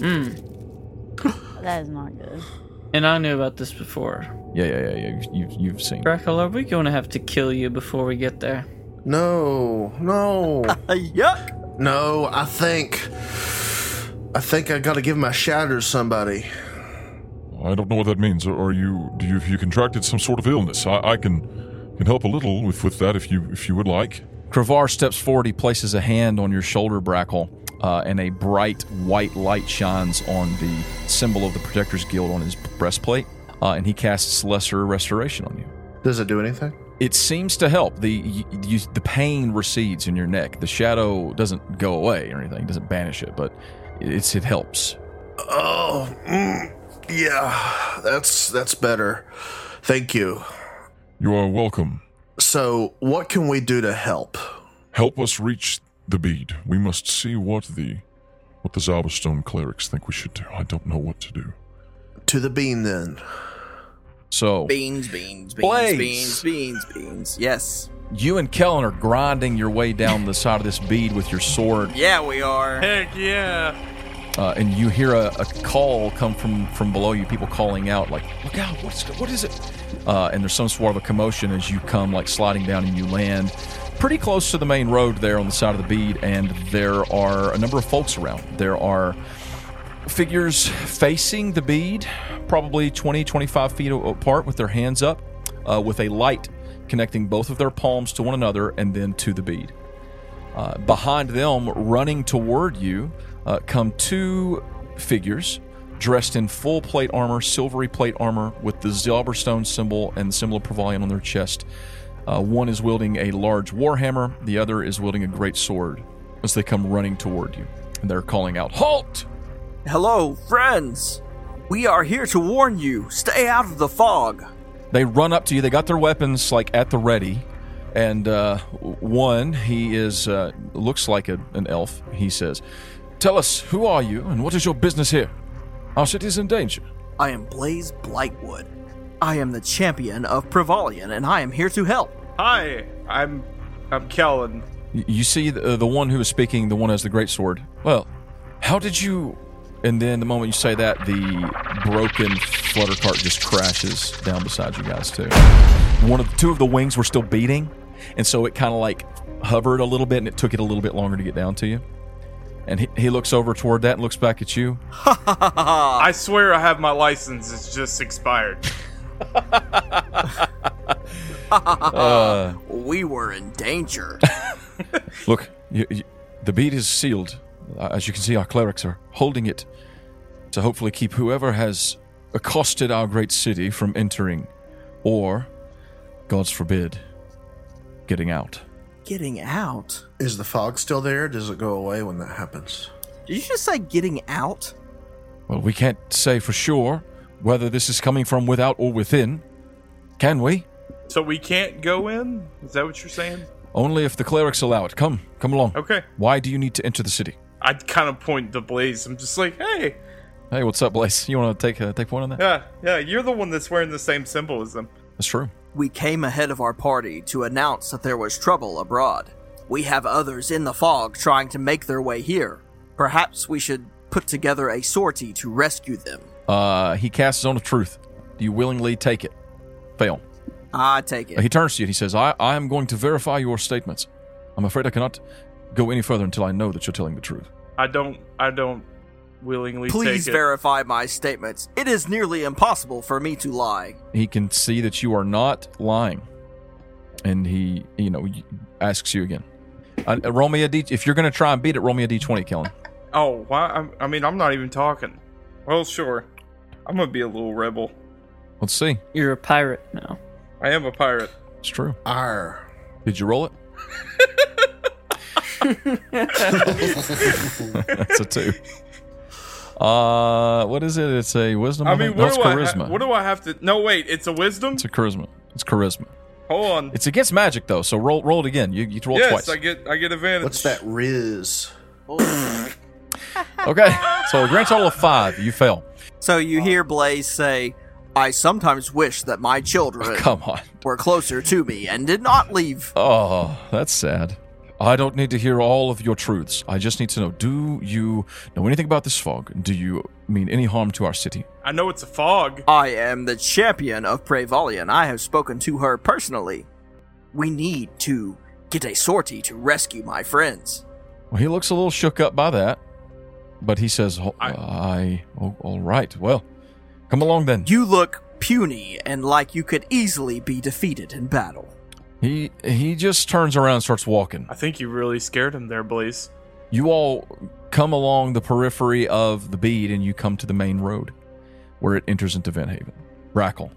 Speaker 4: That is not good.
Speaker 2: Hmm. And I knew about this before.
Speaker 3: yeah yeah yeah, yeah. You've, you've seen
Speaker 2: Brackle, are we going to have to kill you before we get there?
Speaker 6: No, no,
Speaker 7: yuck.
Speaker 6: no. I think I think I gotta give my shadow to somebody.
Speaker 10: I don't know what that means. Are, are you? Do you? Have you contracted some sort of illness? I, I can can help a little with with that if you if you would like.
Speaker 3: kravar steps forward he places a hand on your shoulder brackle uh, and a bright white light shines on the symbol of the protectors guild on his breastplate uh, and he casts lesser restoration on you
Speaker 6: Does it do anything?
Speaker 3: it seems to help. The you, you, the pain recedes in your neck. The shadow doesn't go away or anything. Doesn't banish it, but it's it helps.
Speaker 6: Oh, mm, yeah, that's that's better. Thank you.
Speaker 10: You are welcome.
Speaker 6: So, what can we do to help?
Speaker 10: Help us reach the bead. We must see what the what the Zalbastone clerics think we should do. I don't know what to do.
Speaker 6: To the bean, then.
Speaker 3: So
Speaker 7: Beans, beans, beans,
Speaker 3: Blaze.
Speaker 7: beans, beans, beans. Yes.
Speaker 3: You and Kellen are grinding your way down the side of this bead with your sword,
Speaker 7: Yeah, we are.
Speaker 8: Heck yeah.
Speaker 3: uh, and you hear a, a call come from, from below you. People calling out, like, "Look out! Oh What's what is it?" Uh, and there's some sort of a commotion as you come, like sliding down, and you land pretty close to the main road there on the side of the bead. And there are a number of folks around. There are figures facing the bead, probably 20, 25 feet a- apart, with their hands up, uh, with a light connecting both of their palms to one another and then to the bead. Uh, behind them, running toward you, uh, come two figures dressed in full plate armor, silvery plate armor, with the Zelberstone symbol and the symbol of Provalion on their chest. Uh, one is wielding a large warhammer, the other is wielding a great sword as they come running toward you. And they're calling out, Halt!
Speaker 7: Hello, friends. We are here to warn you. Stay out of the fog.
Speaker 3: They run up to you. They got their weapons like at the ready, and uh, one he is uh, looks like a, an elf. He says, "Tell us who are you and what is your business here? Our city is in danger."
Speaker 7: I am Blaze Blightwood. I am the champion of Prevalian, and I am here to help.
Speaker 5: Hi, I'm I'm Kellen.
Speaker 3: Y- You see the, the one who is speaking, the one who has the great sword. Well, how did you? And then the moment you say that, the broken flutter cart just crashes down beside you guys too. One of two of the wings were still beating, and so it kind of like hovered a little bit, and it took it a little bit longer to get down to you. And he, he looks over toward that and looks back at you.
Speaker 5: I swear I have my license. It's just expired.
Speaker 3: Uh,
Speaker 7: we were in danger.
Speaker 3: Look, you, you, the bead is sealed. Uh, As you can see, our clerics are holding it to hopefully keep whoever has accosted our great city from entering, or, God's forbid, getting out.
Speaker 7: getting out?
Speaker 6: Is the fog still there? Does it go away when that happens?
Speaker 7: Did you just say getting out?
Speaker 3: Well, we can't say for sure whether this is coming from without or within, can we?
Speaker 5: So we can't go in? Is that what you're saying?
Speaker 3: Only if the clerics allow it. Come, come along.
Speaker 5: Okay.
Speaker 3: Why do you need to enter the city?
Speaker 5: I kind of point to Blaze. I'm just like, hey,
Speaker 3: Hey, what's up, Blaze? You want to take uh, take point on that?
Speaker 5: yeah, yeah, you're the one that's wearing the same symbol as them.
Speaker 3: That's true.
Speaker 7: We came ahead of our party to announce that there was trouble abroad. We have others in the fog trying to make their way here. Perhaps we should put together a sortie to rescue them.
Speaker 3: Uh, he casts on the truth. Do you willingly take it? Fail.
Speaker 7: I take it.
Speaker 3: He turns to you and he says, I, I am going to verify your statements. I'm afraid I cannot go any further until I know that you're telling the truth.
Speaker 5: I don't, I don't willingly
Speaker 7: Please
Speaker 5: take it.
Speaker 7: verify my statements. It is nearly impossible for me to lie.
Speaker 3: He can see that you are not lying. And he, you know, asks you again. Uh, uh, roll me a D. If you're going to try and beat it, roll me a D20, Kellen.
Speaker 5: Oh, why? I'm- I mean, I'm not even talking. Well, sure. I'm gonna be a little rebel.
Speaker 3: Let's see.
Speaker 2: You're a pirate now.
Speaker 5: I am a pirate.
Speaker 3: It's true.
Speaker 6: Arr.
Speaker 3: Did you roll it? That's a two. Uh, what is it? It's a wisdom.
Speaker 5: I mean,
Speaker 3: think?
Speaker 5: what
Speaker 3: no,
Speaker 5: do
Speaker 3: it's
Speaker 5: I?
Speaker 3: charisma.
Speaker 5: Ha- what do I have to? No, wait. It's a wisdom.
Speaker 3: it's a charisma. It's charisma.
Speaker 5: Hold on.
Speaker 3: It's against magic though, so roll roll it again. You you roll
Speaker 5: yes,
Speaker 3: twice.
Speaker 5: I get, I get advantage.
Speaker 6: What's that riz?
Speaker 3: Okay, so a grand total of five. You fail.
Speaker 7: So you hear Blaze say, I sometimes wish that my children
Speaker 3: Come on.
Speaker 7: were closer to me and did not leave.
Speaker 3: Oh, that's sad. I don't need to hear all of your truths. I just need to know: Do you know anything about this fog? Do you mean any harm to our city?
Speaker 5: I know it's a fog.
Speaker 7: I am the champion of Prevalian. I have spoken to her personally. We need to get a sortie to rescue my friends.
Speaker 3: Well, he looks a little shook up by that, but he says, "Oh,
Speaker 5: I-
Speaker 3: "I, oh, all right. Well, come along then."
Speaker 7: You look puny and like you could easily be defeated in battle.
Speaker 3: He he just turns around and starts walking.
Speaker 5: I think you really scared him there, Blaze.
Speaker 3: you all come along the periphery of the bead and you come to the main road where it enters into Van Haven. Rackle,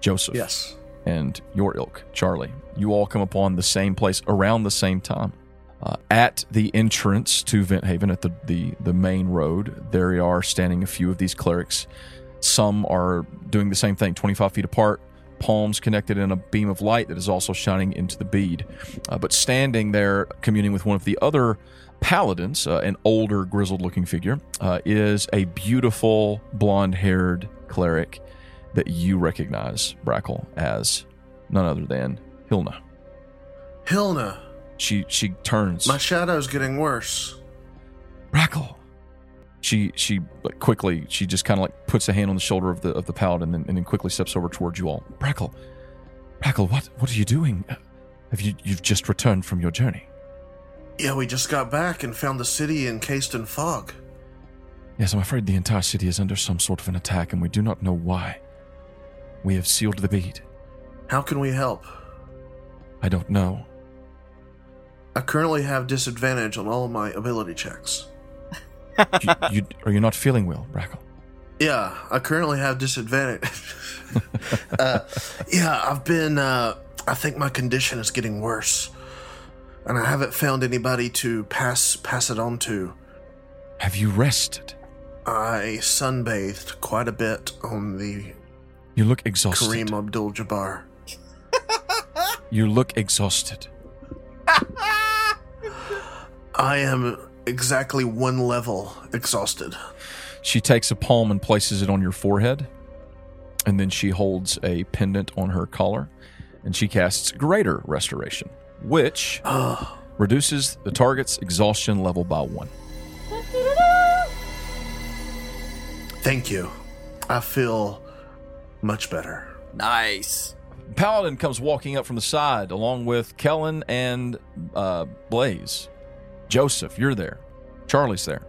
Speaker 3: Joseph,
Speaker 6: Yes.
Speaker 3: and your ilk, Charlie, you all come upon the same place around the same time. Uh, at the entrance to Vent Haven, at the, the, the main road, there are standing a few of these clerics. Some are doing the same thing, 25 feet apart, palms connected in a beam of light that is also shining into the bead. Uh, but standing there, communing with one of the other paladins, uh, an older, grizzled looking figure, uh, is a beautiful, blonde haired cleric that you recognize, Brackle, as none other than Hilna.
Speaker 6: Hilna,
Speaker 3: She she turns.
Speaker 6: my shadow's getting worse.
Speaker 3: Brackle. She she like, quickly she just kind of like puts a hand on the shoulder of the of the paladin and then, and then quickly steps over towards you all. Brackle, Brackle, what what are you doing? Uh, Have you you've just returned from your journey?
Speaker 6: Yeah, we just got back and found the city encased in fog.
Speaker 3: Yes, I'm afraid the entire city is under some sort of an attack, and we do not know why. We have sealed the bead.
Speaker 6: How can we help?
Speaker 3: I don't know.
Speaker 6: I currently have disadvantage on all of my ability checks.
Speaker 3: You, you, are you not feeling well, Brackle?
Speaker 6: Yeah, I currently have disadvantage. uh, yeah, I've been. Uh, I think my condition is getting worse, and I haven't found anybody to pass pass it on to.
Speaker 3: Have you rested?
Speaker 6: I sunbathed quite a bit on the
Speaker 3: You look exhausted.
Speaker 6: Kareem Abdul Jabbar.
Speaker 3: You look exhausted.
Speaker 6: I am exactly one level exhausted.
Speaker 3: She takes a palm and places it on your forehead, and then she holds a pendant on her collar, and she casts Greater Restoration, which reduces the target's exhaustion level by one.
Speaker 6: Thank you. I feel much better.
Speaker 7: Nice.
Speaker 3: Paladin comes walking up from the side along with Kellen and uh, Blaze. Joseph, you're there. Charlie's there.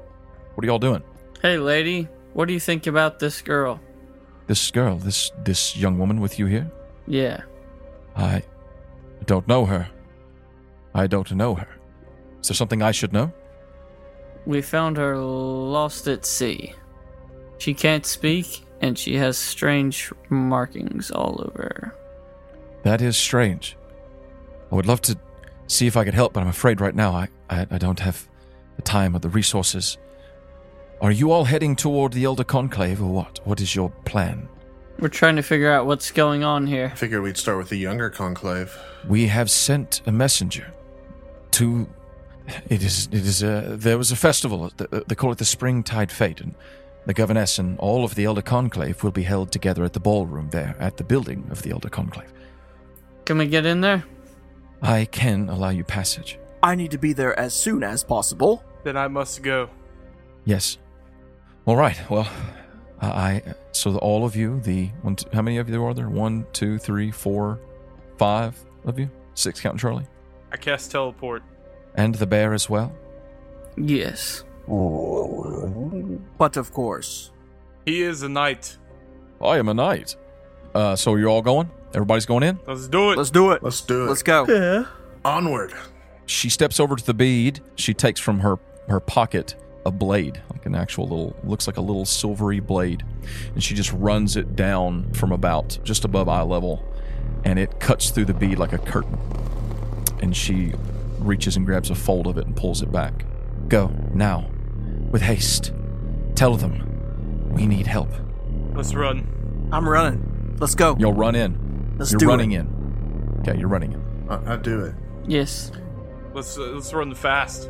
Speaker 3: What are y'all doing?
Speaker 2: Hey, lady, what do you think about this girl?
Speaker 3: This girl, this this young woman with you here?
Speaker 2: Yeah.
Speaker 3: I don't know her. I don't know her. Is there something I should know?
Speaker 2: We found her lost at sea. She can't speak, and she has strange markings all over her.
Speaker 3: That is strange. I would love to see if I could help, but I'm afraid right now I, I, I don't have the time or the resources. Are you all heading toward the Elder Conclave or what? What is your plan?
Speaker 2: We're trying to figure out what's going on here.
Speaker 6: I figured we'd start with the younger conclave.
Speaker 3: We have sent a messenger to. It is. It is a. There was a festival. uh, th- They call it the Springtide Fete, and the governess and all of the Elder Conclave will be held together at the ballroom there, at the building of the Elder Conclave.
Speaker 2: Can we get in there?
Speaker 3: I can allow you passage.
Speaker 7: I need to be there as soon as possible.
Speaker 5: Then I must go.
Speaker 3: Yes. All right. Well, I. I- So the- all of you, the one. Two, how many of you there are there? One, two, three, four, five of you. Six counting Charlie,
Speaker 5: I cast teleport.
Speaker 3: and the bear as well.
Speaker 2: Yes.
Speaker 7: But of course.
Speaker 5: He is a knight.
Speaker 3: Oh, I am a knight. Uh, so you're all going? Everybody's going in?
Speaker 5: Let's do it.
Speaker 7: Let's do it.
Speaker 6: Let's do it.
Speaker 7: Let's go.
Speaker 2: Yeah.
Speaker 6: Onward.
Speaker 3: She steps over to the bead. She takes from her her pocket a blade, like an actual little, looks like a little silvery blade, and she just runs it down from about just above eye level, and it cuts through the bead like a curtain. And she reaches and grabs a fold of it and pulls it back. Go now, with haste. Tell them we need help.
Speaker 5: Let's run.
Speaker 7: I'm running. Let's go.
Speaker 3: You'll run in.
Speaker 7: Let's
Speaker 3: you're
Speaker 7: do
Speaker 3: running
Speaker 7: it.
Speaker 3: in. Okay, you're running in.
Speaker 6: I, I do it.
Speaker 2: Yes.
Speaker 5: Let's uh, let's run fast.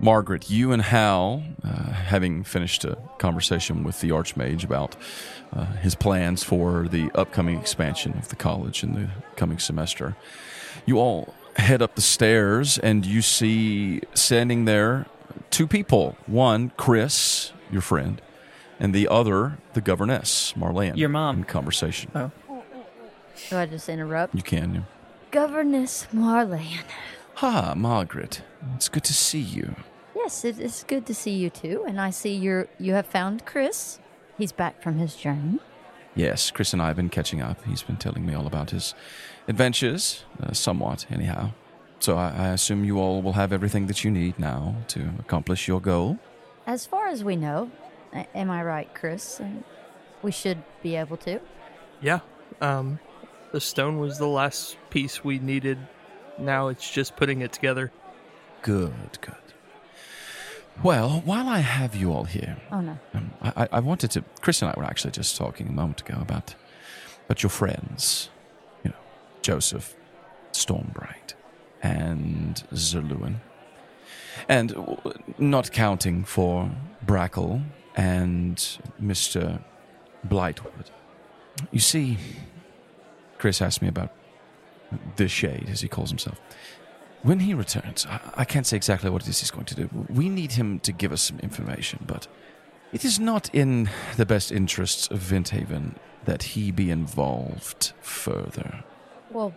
Speaker 3: Margaret, you and Hal, uh, having finished a conversation with the Archmage about uh, his plans for the upcoming expansion of the college in the coming semester, you all head up the stairs and you see standing there two people. One, Chris, your friend, and the other, the governess, Marlene.
Speaker 2: Your mom.
Speaker 3: In conversation.
Speaker 7: Oh.
Speaker 4: Do I just interrupt?
Speaker 3: You can. yeah.
Speaker 4: Governess Marlan.
Speaker 3: Ah, Margaret, it's good to see you.
Speaker 4: Yes, it is good to see you too, and I see you're you have found Chris. He's back from his journey.
Speaker 3: Yes, Chris and I have been catching up. He's been telling me all about his adventures, uh, somewhat, anyhow. So I, I assume you all will have everything that you need now to accomplish your goal.
Speaker 4: As far as we know, a- am I right, Chris? And we should be able to.
Speaker 8: Yeah. Um, the stone was the last piece we needed. Now it's just putting it together.
Speaker 3: Good, good. Well, while I have you all here,
Speaker 4: Oh no.
Speaker 3: um, I, I- I wanted to. Chris and I were actually just talking a moment ago about about your friends, you know, Joseph, Stormbright, and Zerluin, and w- not counting for Brackle and Mister Blightwood. You see, Chris asked me about the shade, as he calls himself. When he returns, I, I can't say exactly what it is he's going to do. We need him to give us some information, but it is not in the best interests of Venthaven that he be involved further.
Speaker 4: Well,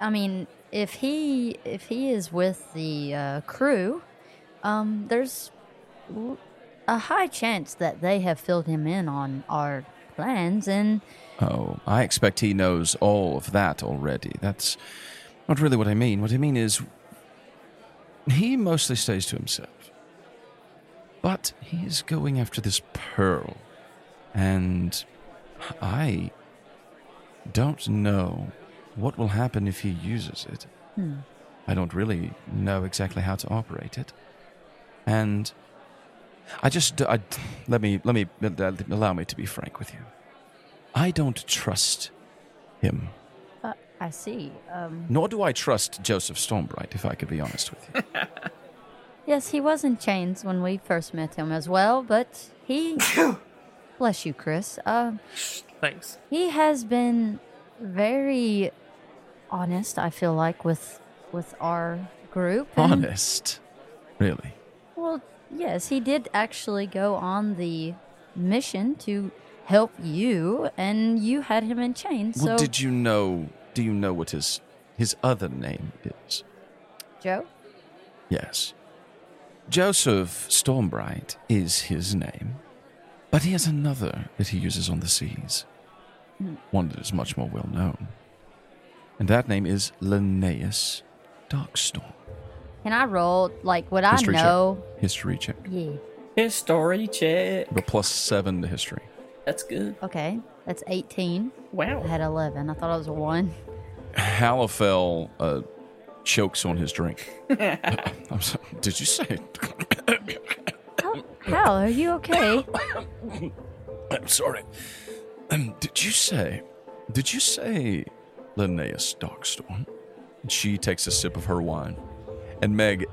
Speaker 4: I mean, if he if he is with the uh, crew, um, there's l- a high chance that they have filled him in on our plans, and
Speaker 3: Oh, I expect he knows all of that already. That's not really what I mean. What I mean is, he mostly stays to himself. But he is going after this pearl, and I don't know what will happen if he uses it.
Speaker 4: Hmm.
Speaker 3: I don't really know exactly how to operate it, and I just I, let me let me uh, allow me to be frank with you. I don't trust him,
Speaker 4: Uh, I see. Um,
Speaker 3: nor do I trust Joseph Stormbright. If I could be honest with you,
Speaker 4: yes, he was in chains when we first met him as well, but he. bless you, Chris. Uh,
Speaker 8: Thanks.
Speaker 4: he has been very honest. I feel like with with our group. and-
Speaker 3: honest, really.
Speaker 4: Well, yes, he did actually go on the mission to help you, and you had him in chains.
Speaker 3: well,
Speaker 4: so,
Speaker 3: did you know? Do you know what his his other name is?
Speaker 4: Joe?
Speaker 3: Yes. Joseph Stormbright is his name, but he has another that he uses on the seas. One that is much more well known. And that name is Linnaeus Darkstorm.
Speaker 4: Can I roll like what
Speaker 3: History
Speaker 4: I know?
Speaker 3: check. History check.
Speaker 4: Yeah.
Speaker 2: His story check.
Speaker 3: The plus seven to history.
Speaker 2: That's good.
Speaker 4: Okay, that's eighteen. I
Speaker 2: Wow.
Speaker 4: had eleven. I thought it was a one.
Speaker 3: Halifel uh, chokes on his drink. I'm sorry, did you say?
Speaker 4: How, how are you okay?
Speaker 3: I'm sorry. Um, did you say? Did you say Linnaeus Darkstorm? She takes a sip of her wine. And Meg,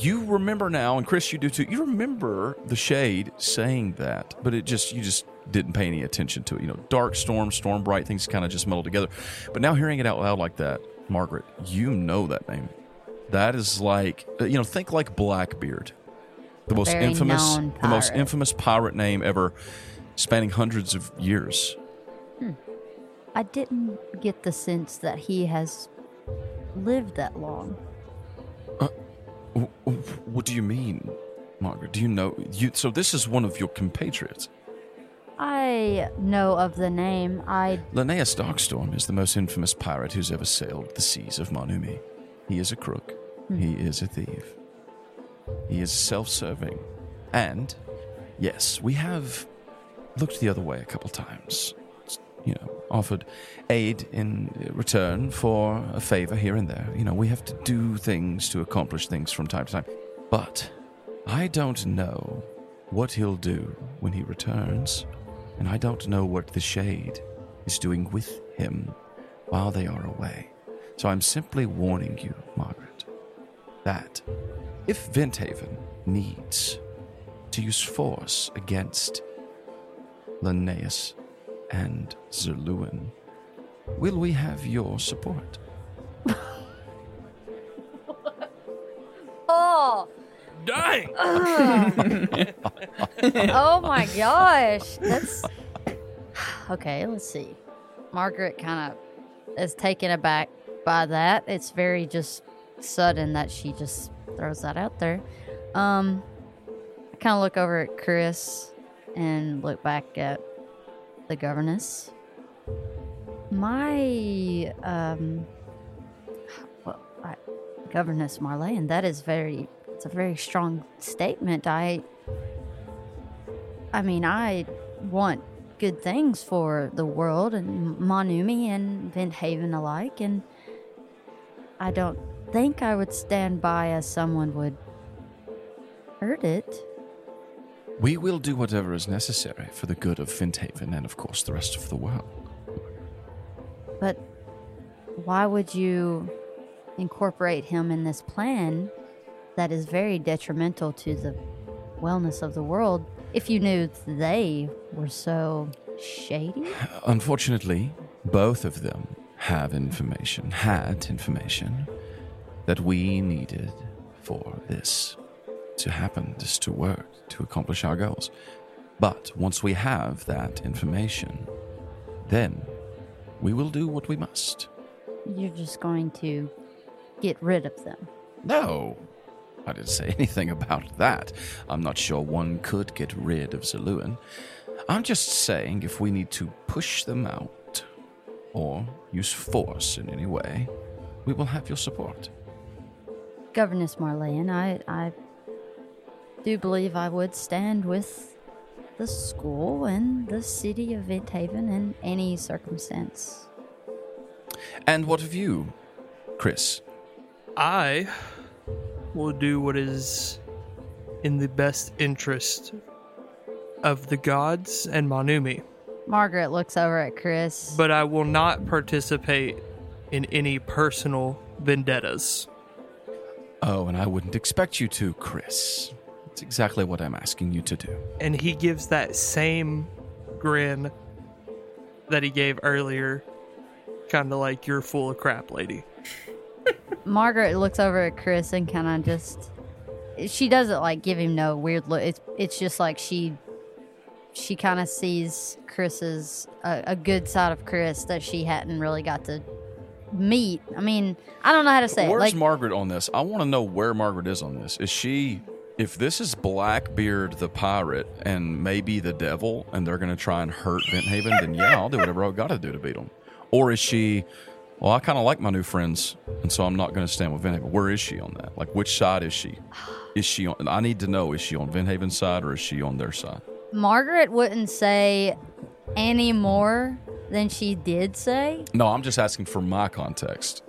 Speaker 3: you remember now, and Chris, you do too. You remember the shade saying that, but it just you just didn't pay any attention to it. You know, dark storm, storm bright, things kind of just muddled together. But now hearing it out loud like that, Margaret, you know that name. That is like uh, you know, think like Blackbeard, the most
Speaker 4: Very
Speaker 3: infamous,
Speaker 4: known
Speaker 3: the most
Speaker 4: pirate.
Speaker 3: infamous pirate name ever, spanning hundreds of years.
Speaker 4: I didn't get the sense that he has lived that long.
Speaker 3: Uh, W- w- What do you mean, Margaret? Do you know you? So this is one of your compatriots.
Speaker 4: I know of the name. I
Speaker 3: Linnaeus Darkstorm is the most infamous pirate who's ever sailed the seas of Manumi. He is a crook. He is a thief. He is self serving. And, yes, we have looked the other way a couple times. You know, offered aid in return for a favor here and there. You know, we have to do things to accomplish things from time to time. But I don't know what he'll do when he returns, and I don't know what the Shade is doing with him while they are away. So I'm simply warning you, Margaret, that if Venthaven needs to use force against Linnaeus and Zerluin, will we have your support?
Speaker 4: oh
Speaker 8: Dying.
Speaker 4: oh my gosh, that's okay. Let's see. Margaret kind of is taken aback by that. It's very just sudden that she just throws that out there. Um, I kind of look over at Chris and look back at the governess. My um, well, I, governess Marlene. That is very. It's a very strong statement. I I mean, I want good things for the world and Monumi and Vent Haven alike, and I don't think I would stand by as someone would hurt it.
Speaker 3: We will do whatever is necessary for the good of Venthaven and, of course, the rest of the world.
Speaker 4: But why would you incorporate him in this plan that is very detrimental to the wellness of the world if you knew they were so shady?
Speaker 3: Unfortunately, both of them have information, had information that we needed for this to happen, this to work, to accomplish our goals. But once we have that information, then we will do what we must.
Speaker 4: You're just going to get rid of them.
Speaker 3: No, I didn't say anything about that. I'm not sure one could get rid of Zaluan. I'm just saying if we need to push them out or use force in any way, we will have your support.
Speaker 4: Governess Marlene, I, I do believe I would stand with the school and the city of Vent Haven in any circumstance.
Speaker 3: And what of you, Chris?
Speaker 8: I will do what is in the best interest of the gods and Manumi,
Speaker 4: Margaret looks over at Chris.
Speaker 8: but I will not participate in any personal vendettas.
Speaker 3: Oh, and I wouldn't expect you to, Chris. That's exactly what I'm asking you to do.
Speaker 8: And he gives that same grin that he gave earlier, kind of like you're full of crap, lady.
Speaker 4: Margaret looks over at Chris and kind of just she doesn't like give him no weird look. It's it's just like she she kind of sees Chris's a, a good side of Chris that she hadn't really got to meet. I mean, I don't know how to say
Speaker 3: Where's
Speaker 4: it. Like
Speaker 3: Margaret on this? I want to know where Margaret is on this. Is she, if this is Blackbeard the pirate and maybe the devil, and they're going to try and hurt Venthaven, then yeah, I'll do whatever I've got to do to beat them. Or is she, well, I kind of like my new friends, and so I'm not going to stand with Venthaven. Where is she on that? Like, which side is she? Is she on, I need to know, is she on Venthaven's side or is she on their side?
Speaker 4: Margaret wouldn't say any more than she did say.
Speaker 3: No, I'm just asking for my context.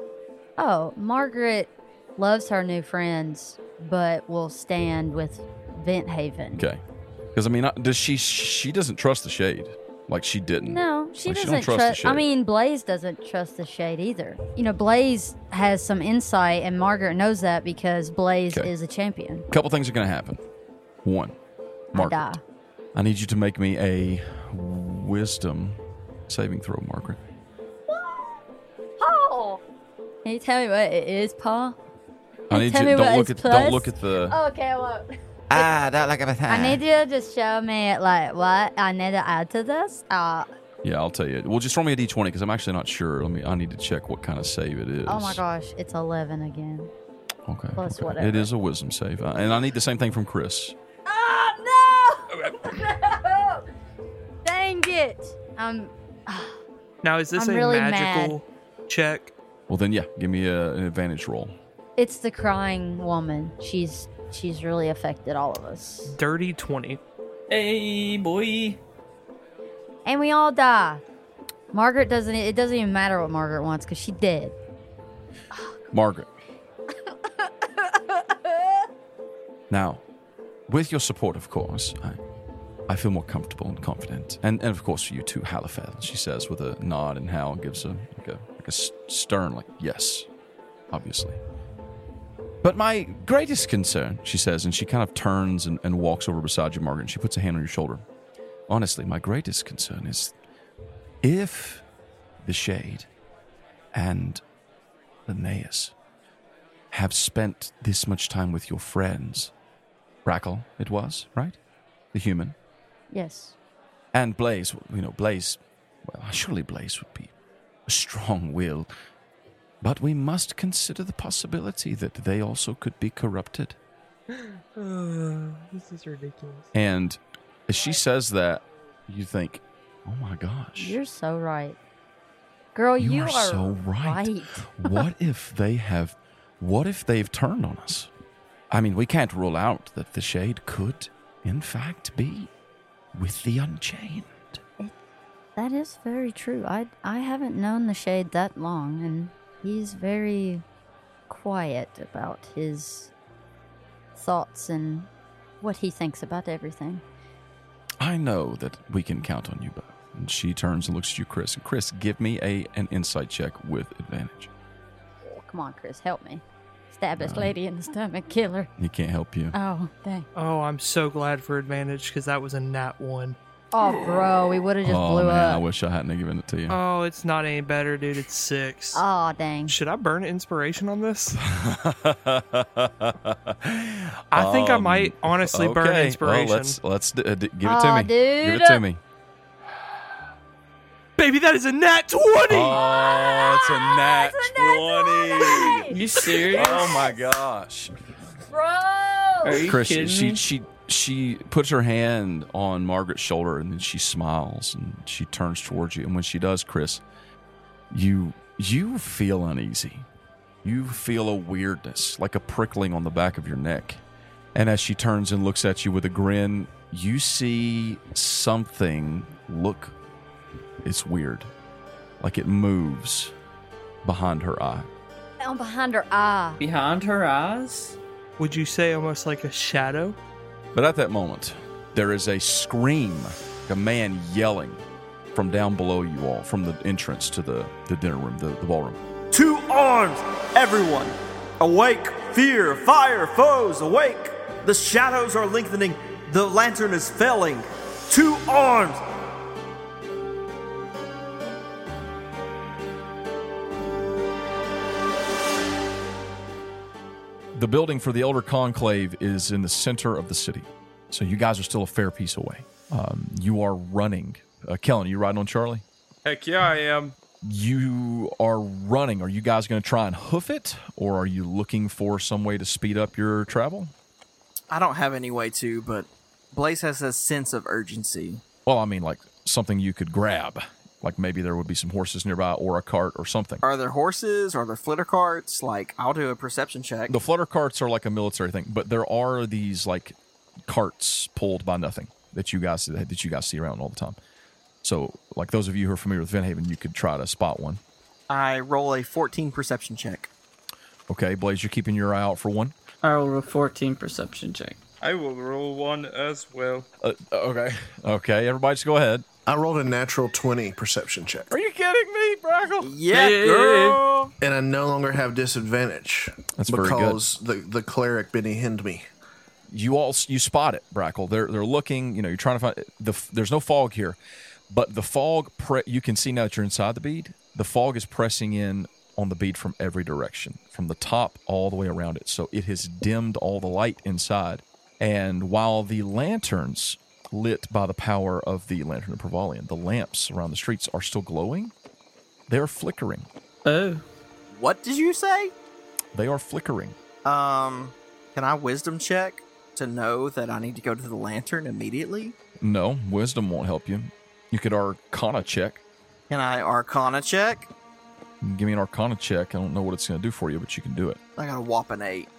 Speaker 4: Oh, Margaret loves her new friends, but will stand with Venthaven.
Speaker 3: Okay. Because, I mean, I- does she, she doesn't trust the shade. Like she didn't.
Speaker 4: No, she
Speaker 3: Like, she don't
Speaker 4: doesn't
Speaker 3: trust the
Speaker 4: trust. I
Speaker 3: shade.
Speaker 4: mean, Blaze doesn't trust the shade either. You know, Blaze has some insight, and Margaret knows that because Blaze
Speaker 3: Okay.
Speaker 4: is a champion.
Speaker 3: couple things are going to happen. One, Margaret,
Speaker 4: I die.
Speaker 3: I need you to make me a wisdom saving throw, Margaret.
Speaker 4: Oh, can you tell me what it is, Paul?
Speaker 3: I need
Speaker 4: Tell me
Speaker 3: you
Speaker 4: what
Speaker 3: don't look at
Speaker 4: it's
Speaker 3: don't
Speaker 4: plus.
Speaker 3: look at the
Speaker 4: Oh, okay, well,
Speaker 3: ah don't look at the
Speaker 4: I need you to just show me like what I need to add to this. Uh,
Speaker 3: Yeah, I'll tell you. Well, just throw me a d twenty because I'm actually not sure. Let me. I need to check what kind of save it is.
Speaker 4: oh my gosh, it's eleven again.
Speaker 3: Okay.
Speaker 4: Plus
Speaker 3: okay.
Speaker 4: whatever.
Speaker 3: It is a wisdom save, Uh, and I need the same thing from Chris.
Speaker 4: Oh no! Dang it! Um, I'm
Speaker 8: Now, is this
Speaker 4: I'm
Speaker 8: a
Speaker 4: really mad.
Speaker 8: magical check?
Speaker 3: Well, then yeah, give me a, an advantage roll.
Speaker 4: It's the crying woman. She's she's really affected all of us.
Speaker 8: Dirty 20.
Speaker 2: Hey, boy.
Speaker 4: And we all die. Margaret doesn't it doesn't even matter what Margaret wants cuz she dead.
Speaker 3: Margaret. now, with your support, of course, I, I feel more comfortable and confident. And, and of course, you too, Halifel, she says with a nod and howl, gives a, like a, like a s- stern, like, yes, obviously. But my greatest concern, she says, and she kind of turns and, and walks over beside you, Margaret, and she puts a hand on your shoulder. Honestly, my greatest concern is if the Shade and Linnaeus have spent this much time with your friends. Brackle, it was, right? The human.
Speaker 4: Yes.
Speaker 3: And Blaze, you know, Blaze, well, surely Blaze would be a strong will. But we must consider the possibility that they also could be corrupted.
Speaker 8: this is ridiculous.
Speaker 3: And as she says that, you think, oh my gosh.
Speaker 4: You're so right. Girl, you,
Speaker 3: are, so right. what if they have what if they've turned on us? I mean, we can't rule out that the shade could in fact be with the unchained.
Speaker 4: That is very true. I I haven't known the shade that long and he's very quiet about his thoughts and what he thinks about everything.
Speaker 3: I know that we can count on you both. And she turns and looks at you, Chris. And Chris, give me a an insight check with advantage.
Speaker 4: Oh, come on, Chris, help me. Stab this
Speaker 3: No.
Speaker 4: lady in the stomach, kill her.
Speaker 3: He can't help you.
Speaker 4: Oh, dang.
Speaker 8: Oh, I'm so glad for advantage because that was a nat one.
Speaker 4: Oh, bro, we would have just
Speaker 3: oh
Speaker 4: blew
Speaker 3: man, I
Speaker 4: up.
Speaker 3: wish I hadn't have given it to you.
Speaker 8: Oh, it's not any better, dude. It's six.
Speaker 4: Oh, dang.
Speaker 8: Should I burn inspiration on this? I think I
Speaker 3: Um,
Speaker 8: might honestly burn
Speaker 3: okay.
Speaker 8: inspiration.
Speaker 3: Well, let's let's d- uh, d- give it to
Speaker 4: Aw,
Speaker 3: me. Give it
Speaker 4: dude.
Speaker 3: to me.
Speaker 8: Baby, that is a nat 20!
Speaker 3: Oh, it's a nat, 20.
Speaker 2: You serious?
Speaker 3: Oh my gosh.
Speaker 2: Are you
Speaker 3: Chris,
Speaker 2: kidding
Speaker 3: she
Speaker 2: me?
Speaker 3: she she puts her hand on Margaret's shoulder and then she smiles and she turns towards you and when she does, Chris, you you feel uneasy. You feel a weirdness, like a prickling on the back of your neck. And as she turns and looks at you with a grin, you see something look it's weird. Like it moves behind her eye.
Speaker 4: Down behind her eye.
Speaker 2: Behind her eyes?
Speaker 8: Would you say almost like a shadow?
Speaker 3: But at that moment, there is a scream, a man yelling from down below you all, from the entrance to the, the dinner room, the, the ballroom.
Speaker 7: To arms, everyone! Awake, fear, fire, foes, awake! The shadows are lengthening, the lantern is failing. To arms!
Speaker 3: The building for the Elder Conclave is in the center of the city. So you guys are still a fair piece away. Um, you are running. Uh, Kellen, you riding on Charlie?
Speaker 5: Heck yeah, I am.
Speaker 3: You are running. Are you guys going to try and hoof it, or are you looking for some way to speed up your travel?
Speaker 7: I don't have any way to, but Blaze has a sense of urgency.
Speaker 3: Well, I mean, like something you could grab. Like maybe there would be some horses nearby, or a cart, or something.
Speaker 7: Are there horses? Are there flitter carts? Like, I'll do a perception check.
Speaker 3: The flutter carts are like a military thing, but there are these like carts pulled by nothing that you guys that you guys see around all the time. So, like those of you who are familiar with Vinhaven, you could try to spot one.
Speaker 7: I roll a 14 perception check.
Speaker 3: Okay, Blaze, you're keeping your eye out for one.
Speaker 2: I rolled a 14 perception check.
Speaker 5: I will roll one as well.
Speaker 3: Uh, okay, okay, everybody, just go ahead.
Speaker 6: I rolled a natural 20 perception check,
Speaker 3: Are you kidding me, Brackle?
Speaker 7: Yeah, girl!
Speaker 6: and I no longer have disadvantage.
Speaker 3: That's very good.
Speaker 6: because the the cleric Benny Hind me.
Speaker 3: you all you spot it, Brackle. They're they're looking. You know, you're trying to find the. There's no fog here, but the fog. Pre- you can see now that you're inside the bead. The fog is pressing in on the bead from every direction, from the top all the way around it. So it has dimmed all the light inside. And while the lanterns lit by the power of the lantern of Provalian, the lamps around the streets are still glowing. They're flickering.
Speaker 2: Oh.
Speaker 7: What did you say?
Speaker 3: They are flickering.
Speaker 7: Um, can I wisdom check to know that I need to go to the lantern immediately?
Speaker 3: No, wisdom won't help you. You could arcana check.
Speaker 7: Can I arcana check?
Speaker 3: Give me an arcana check. I don't know what it's going to do for you, but you can do it.
Speaker 7: I got a whopping eight.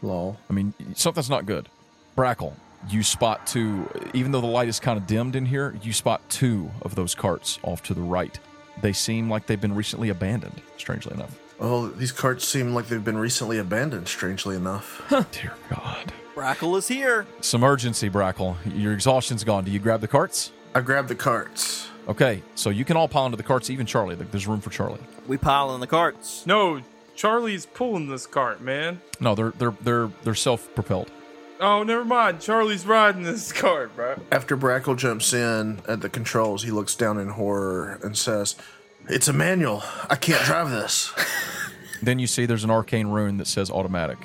Speaker 6: Lol.
Speaker 3: Hmm. I mean, something's not good. Brackle, you spot two, even though the light is kind of dimmed in here, you spot two of those carts off to the right. They seem like they've been recently abandoned, strangely enough.
Speaker 6: Well, these carts seem like they've been recently abandoned. Strangely enough,
Speaker 3: Dear God.
Speaker 7: Brackle is here.
Speaker 3: It's emergency, Brackle. Your exhaustion's gone. Do you grab the carts?
Speaker 6: I grabbed the carts.
Speaker 3: Okay, so you can all pile into the carts, even Charlie. Like, There's room for Charlie.
Speaker 7: We pile in the carts.
Speaker 5: No, Charlie's pulling this cart, man.
Speaker 3: No, they're they're they're they're self-propelled.
Speaker 5: Oh, never mind. Charlie's riding this cart, bro.
Speaker 6: After Brackle jumps in at the controls, he looks down in horror and says, "It's a manual. I can't drive this."
Speaker 3: Then you see there's an arcane rune that says automatic.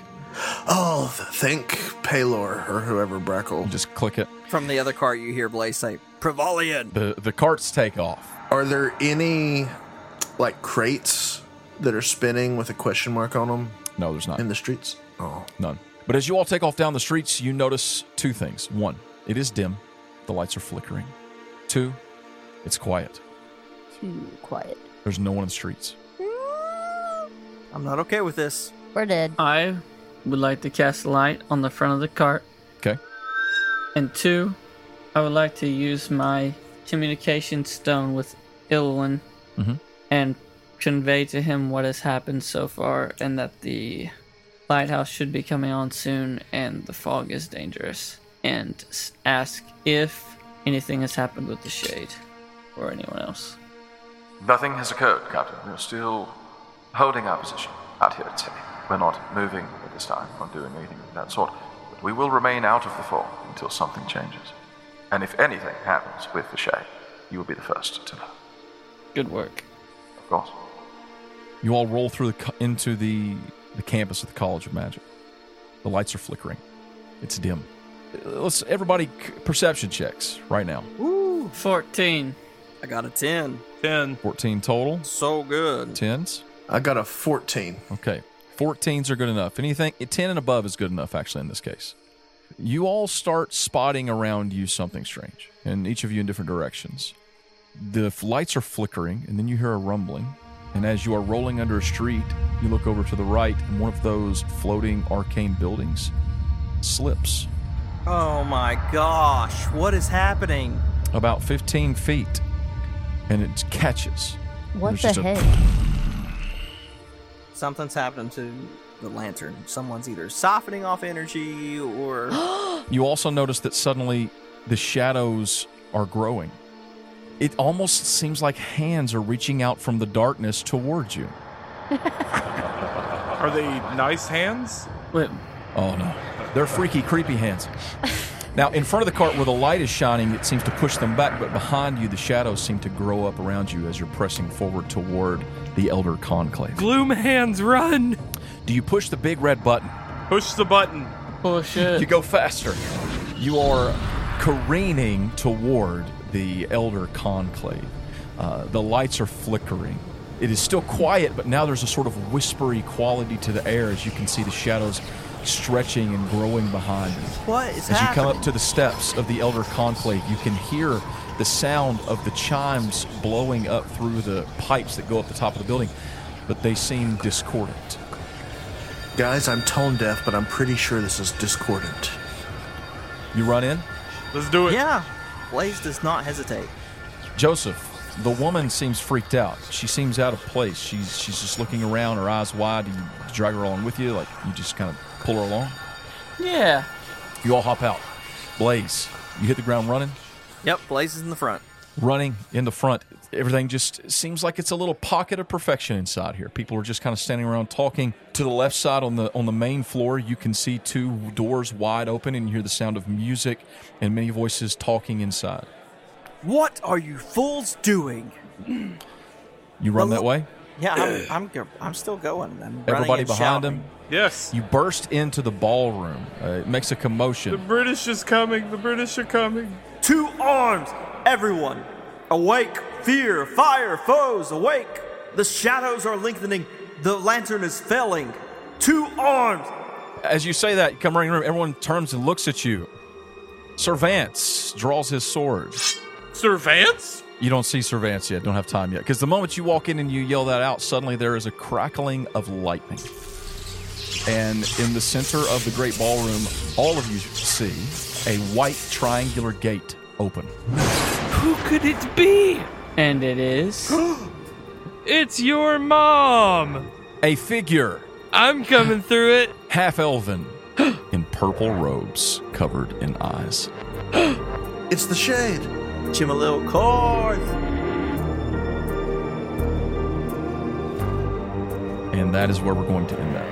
Speaker 6: Oh, th- thank Palor or whoever Brackle.
Speaker 3: Just click it.
Speaker 7: From the other cart, you hear Blaze say, Prevalian.
Speaker 3: The the carts take off.
Speaker 6: Are there any like crates that are spinning with a question mark on them
Speaker 3: No, there's not.
Speaker 6: in the streets? Oh,
Speaker 3: None. But as you all take off down the streets, you notice two things. One, it is dim, the lights are flickering. Two, it's quiet.
Speaker 4: Too quiet.
Speaker 3: There's no one in the streets.
Speaker 7: I'm not okay with this.
Speaker 4: We're dead.
Speaker 2: I would like to cast light on the front of the cart.
Speaker 3: Okay.
Speaker 2: And two, I would like to use my communication stone with Ilwin
Speaker 3: Mhm.
Speaker 2: and convey to him what has happened so far and that the lighthouse should be coming on soon and the fog is dangerous. And s- ask if anything has happened with the shade or anyone else.
Speaker 11: Nothing has occurred, Captain. We're still holding our position out here at City. We're not moving at this time, not doing anything of that sort. But we will remain out of the fog until something changes. And if anything happens with the Shade, you will be the first to know,
Speaker 2: Good work.
Speaker 11: of course.
Speaker 3: You all roll through the co- into the the campus of the College of Magic. The lights are flickering. It's dim. Uh, Let's everybody c- perception checks right now.
Speaker 2: 14.
Speaker 7: I got a 10.
Speaker 5: 10.
Speaker 3: 14 total.
Speaker 7: So good.
Speaker 3: 10s.
Speaker 6: I got a 14.
Speaker 3: Okay. 14s are good enough. Anything 10 and above is good enough, actually, in this case. You all start spotting around you something strange, and each of you in different directions. The f- lights are flickering, and then you hear a rumbling. And as you are rolling under a street, you look over to the right, and one of those floating arcane buildings slips
Speaker 7: Oh my gosh. What is happening?
Speaker 3: about 15 feet, and it catches.
Speaker 4: What
Speaker 3: There's
Speaker 4: the
Speaker 3: just a-
Speaker 4: heck?
Speaker 7: Something's happening to the lantern. Someone's either siphoning off energy or.
Speaker 3: You also notice that suddenly the shadows are growing. It almost seems like hands are reaching out from the darkness towards you.
Speaker 5: Are they nice hands?
Speaker 2: Wait.
Speaker 3: Oh no. They're freaky, creepy hands. Now, in front of the cart where the light is shining, it seems to push them back, but behind you, the shadows seem to grow up around you as you're pressing forward toward the Elder Conclave.
Speaker 8: Gloom hands, run!
Speaker 3: Do you push the big red button?
Speaker 5: Push the button.
Speaker 2: Push it.
Speaker 3: You go faster. You are careening toward the Elder Conclave. Uh, the lights are flickering. It is still quiet, but now there's a sort of whispery quality to the air as you can see the shadows stretching and growing behind you.
Speaker 7: What is
Speaker 3: As you
Speaker 7: happening?
Speaker 3: come up to the steps of the Elder Conclave, you can hear the sound of the chimes blowing up through the pipes that go up the top of the building, but they seem discordant.
Speaker 6: Guys, I'm tone deaf, but I'm pretty sure this is discordant.
Speaker 3: You run in?
Speaker 5: Let's do it.
Speaker 7: Yeah. Blaze does not hesitate.
Speaker 3: Joseph, the woman seems freaked out. She seems out of place. She's she's just looking around, her eyes wide. Do you drag her along with you? Like you just kind of pull her along?
Speaker 2: Yeah.
Speaker 3: You all hop out. Blaze, you hit the ground running.
Speaker 7: Yep, Blaze is in the front.
Speaker 3: running in the front. Everything just seems like it's a little pocket of perfection inside here. People are just kind of standing around talking. To the left side on the on the main floor, you can see two doors wide open and you hear the sound of music and many voices talking inside.
Speaker 7: What are you fools doing?
Speaker 3: You run
Speaker 7: Well,
Speaker 3: that way.
Speaker 7: Yeah, I'm, I'm, go- I'm still going. I'm running
Speaker 3: Everybody
Speaker 7: and
Speaker 3: behind
Speaker 7: shouting.
Speaker 3: him.
Speaker 5: Yes.
Speaker 3: You burst into the ballroom. Uh, it makes a
Speaker 5: The
Speaker 3: commotion.
Speaker 5: British is coming. The British are coming.
Speaker 7: Two arms, everyone! Awake! Fear! Fire! Foes! Awake! The shadows are lengthening. The lantern is failing. Two arms!
Speaker 3: As you say that, you come running in the room. Everyone turns and looks at you. Servance draws his sword.
Speaker 5: Servants?
Speaker 3: You don't see Servance yet. Don't have time yet. Because the moment you walk in and you yell that out, suddenly there is a crackling of lightning. And in the center of the great ballroom, all of you see a white triangular gate open.
Speaker 8: Who could it be?
Speaker 2: And it is.
Speaker 8: It's your mom!
Speaker 3: A figure,
Speaker 8: I'm coming through it.
Speaker 3: half elven, in purple robes covered in eyes.
Speaker 6: It's the shade.
Speaker 7: Chimalil Korth!
Speaker 3: And that is where we're going to end that.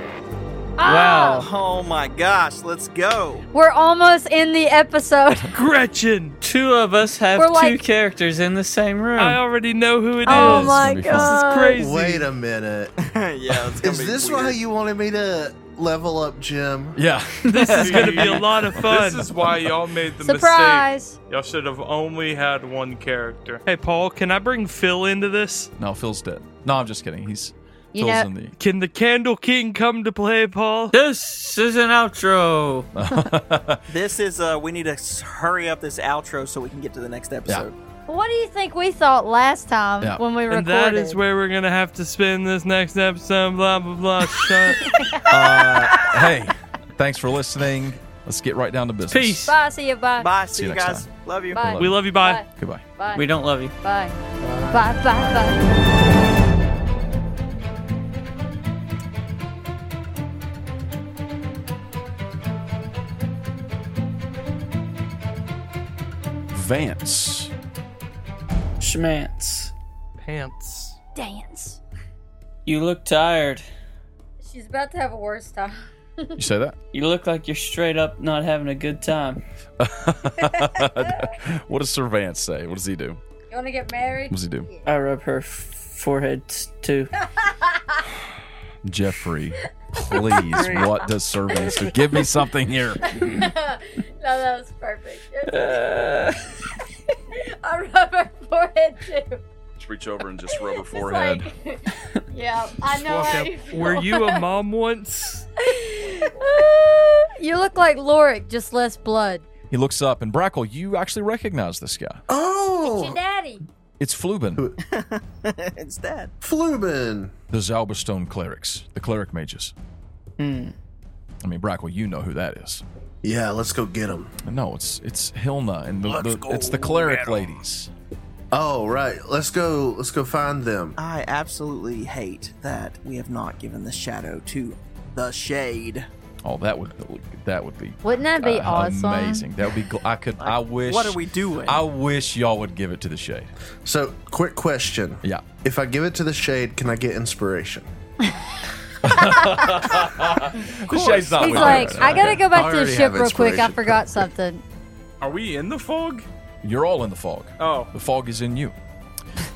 Speaker 2: Wow.
Speaker 7: Oh my gosh, let's go!
Speaker 4: We're almost in the episode.
Speaker 8: Gretchen!
Speaker 2: Two of us have
Speaker 4: We're
Speaker 2: two
Speaker 4: like-
Speaker 2: characters in the same room.
Speaker 8: I already know who it is.
Speaker 4: Oh my
Speaker 3: gonna be fun.
Speaker 2: Uh,
Speaker 8: This is
Speaker 4: god.
Speaker 8: crazy.
Speaker 6: Wait a minute.
Speaker 7: yeah, it's gonna
Speaker 6: Is
Speaker 7: be
Speaker 6: this
Speaker 7: weird.
Speaker 6: why you wanted me to level up, Jim?
Speaker 3: Yeah.
Speaker 8: This is going to be a lot of
Speaker 5: This
Speaker 8: fun.
Speaker 5: is why y'all made the mistake.
Speaker 4: Surprise.
Speaker 5: Y'all should have only had one character.
Speaker 8: Hey, Paul, can I bring Phil into this?
Speaker 3: no, Phil's dead. No, I'm just kidding. He's
Speaker 4: You
Speaker 3: Phil's
Speaker 4: know-
Speaker 3: in the
Speaker 8: Can the Candle King come to play, Paul?
Speaker 2: This is an outro.
Speaker 7: This is, uh, we need to s- hurry up this outro so we can get to the next episode.
Speaker 4: What do you think we thought last time
Speaker 3: Yeah.
Speaker 4: when we recorded?
Speaker 8: And that is where we're going to have to spend this next episode, blah, blah, blah. Shut.
Speaker 3: uh, hey, thanks for listening. Let's get right down to business.
Speaker 8: Peace.
Speaker 4: Bye. See you. Bye.
Speaker 7: Bye, see,
Speaker 3: you
Speaker 7: you
Speaker 3: next
Speaker 7: guys. Love you.
Speaker 4: Bye.
Speaker 8: We love you, bye.
Speaker 4: Bye.
Speaker 3: Goodbye.
Speaker 4: Bye.
Speaker 2: We don't love you.
Speaker 4: Bye. Bye. Bye. Bye.
Speaker 3: Vance.
Speaker 2: Schmance.
Speaker 8: Pants.
Speaker 4: Dance.
Speaker 2: You look tired.
Speaker 4: She's about to have a worse time.
Speaker 3: You say that?
Speaker 2: You look like you're straight up not having a good time.
Speaker 3: what does Servance say? What does he do? What
Speaker 4: You want to get married?
Speaker 3: does he do?
Speaker 2: I rub her f- forehead s- too.
Speaker 3: Jeffrey, please, what does Servance do? Give me something here.
Speaker 4: No, that was perfect. I rub her forehead too.
Speaker 1: Just reach over and just rub her forehead.
Speaker 4: yeah, I know.
Speaker 8: Walk
Speaker 4: how
Speaker 8: up.
Speaker 4: you feel.
Speaker 8: Were you a mom once?
Speaker 4: you look like Lorik, just less blood.
Speaker 3: He looks up, and Brackle, you actually recognize this guy.
Speaker 4: Your
Speaker 6: Oh,
Speaker 4: daddy.
Speaker 3: It's Flubin,
Speaker 7: it's that.
Speaker 6: Flubin.
Speaker 3: the Zalbastone clerics, the cleric mages. Hmm. I mean, Brackle, you know who that is.
Speaker 6: Yeah, let's go get him.
Speaker 3: No, it's it's Hilna and the, the it's the cleric ladies.
Speaker 6: Oh right, let's go. Let's go find them.
Speaker 7: I absolutely hate that we have not given the shadow to the shade.
Speaker 3: Oh, that would that would be
Speaker 4: Wouldn't that be
Speaker 3: uh,
Speaker 4: awesome?
Speaker 3: Amazing. That would be. Gl- I could. I wish.
Speaker 7: what are we doing?
Speaker 3: I wish y'all would give it to the shade.
Speaker 6: So, quick question.
Speaker 3: Yeah.
Speaker 6: If I give it to the shade, can I get inspiration?
Speaker 3: The shade's not with
Speaker 4: He's
Speaker 3: you
Speaker 4: like,
Speaker 3: right now.
Speaker 4: I gotta go back to the
Speaker 6: already
Speaker 4: ship
Speaker 6: have
Speaker 4: real quick. I
Speaker 6: inspiration.
Speaker 4: forgot something.
Speaker 5: Are we in the fog?
Speaker 3: You're all in the fog.
Speaker 5: Oh,
Speaker 3: The fog is in you.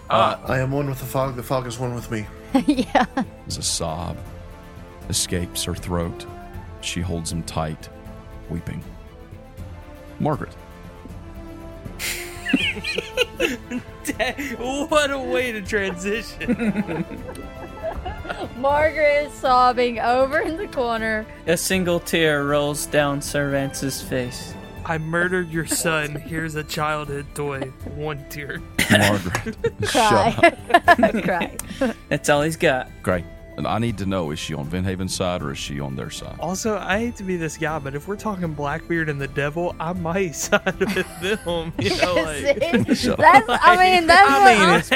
Speaker 3: Uh,
Speaker 6: I am one with the fog. The fog is one with me.
Speaker 4: yeah.
Speaker 3: As a sob escapes her throat, she holds him tight, weeping. Margaret,
Speaker 8: what a way to transition.
Speaker 4: Margaret is sobbing over in the corner.
Speaker 2: A single tear rolls down Cervantes' face.
Speaker 8: I murdered your son. Here's a childhood toy. One tear.
Speaker 3: Margaret,
Speaker 4: Cry.
Speaker 3: shut up.
Speaker 4: Cry.
Speaker 2: That's all he's got.
Speaker 3: Great. And I need to know: is she on Van Haven's side or is she on their side?
Speaker 8: Also, I hate to be this guy, but if we're talking Blackbeard and the devil, I might side with them. You know,
Speaker 4: See?
Speaker 8: like,
Speaker 4: That's, I mean, that's
Speaker 8: I
Speaker 4: what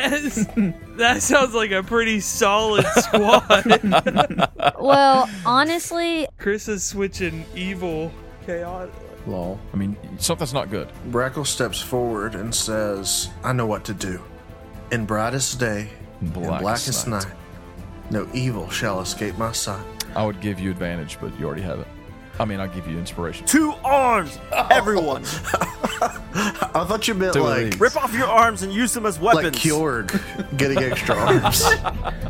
Speaker 8: mean, that's, that sounds like a pretty solid squad.
Speaker 4: I'm- well, honestly,
Speaker 8: Chris is switching evil chaos.
Speaker 6: Lol.
Speaker 3: I mean, something's not good.
Speaker 6: Brackle steps forward and says, I know what to do. In brightest day, in
Speaker 3: Blackest
Speaker 6: blackest,
Speaker 3: night.
Speaker 6: night. no evil shall escape my sight.
Speaker 3: I would give you advantage, but you already have it. I mean, I'll give you inspiration.
Speaker 7: Two arms, everyone.
Speaker 6: I thought you meant
Speaker 3: Two of
Speaker 6: like
Speaker 3: these.
Speaker 7: Rip off your arms and use them as
Speaker 6: like
Speaker 7: weapons.
Speaker 6: Kjorg getting extra arms.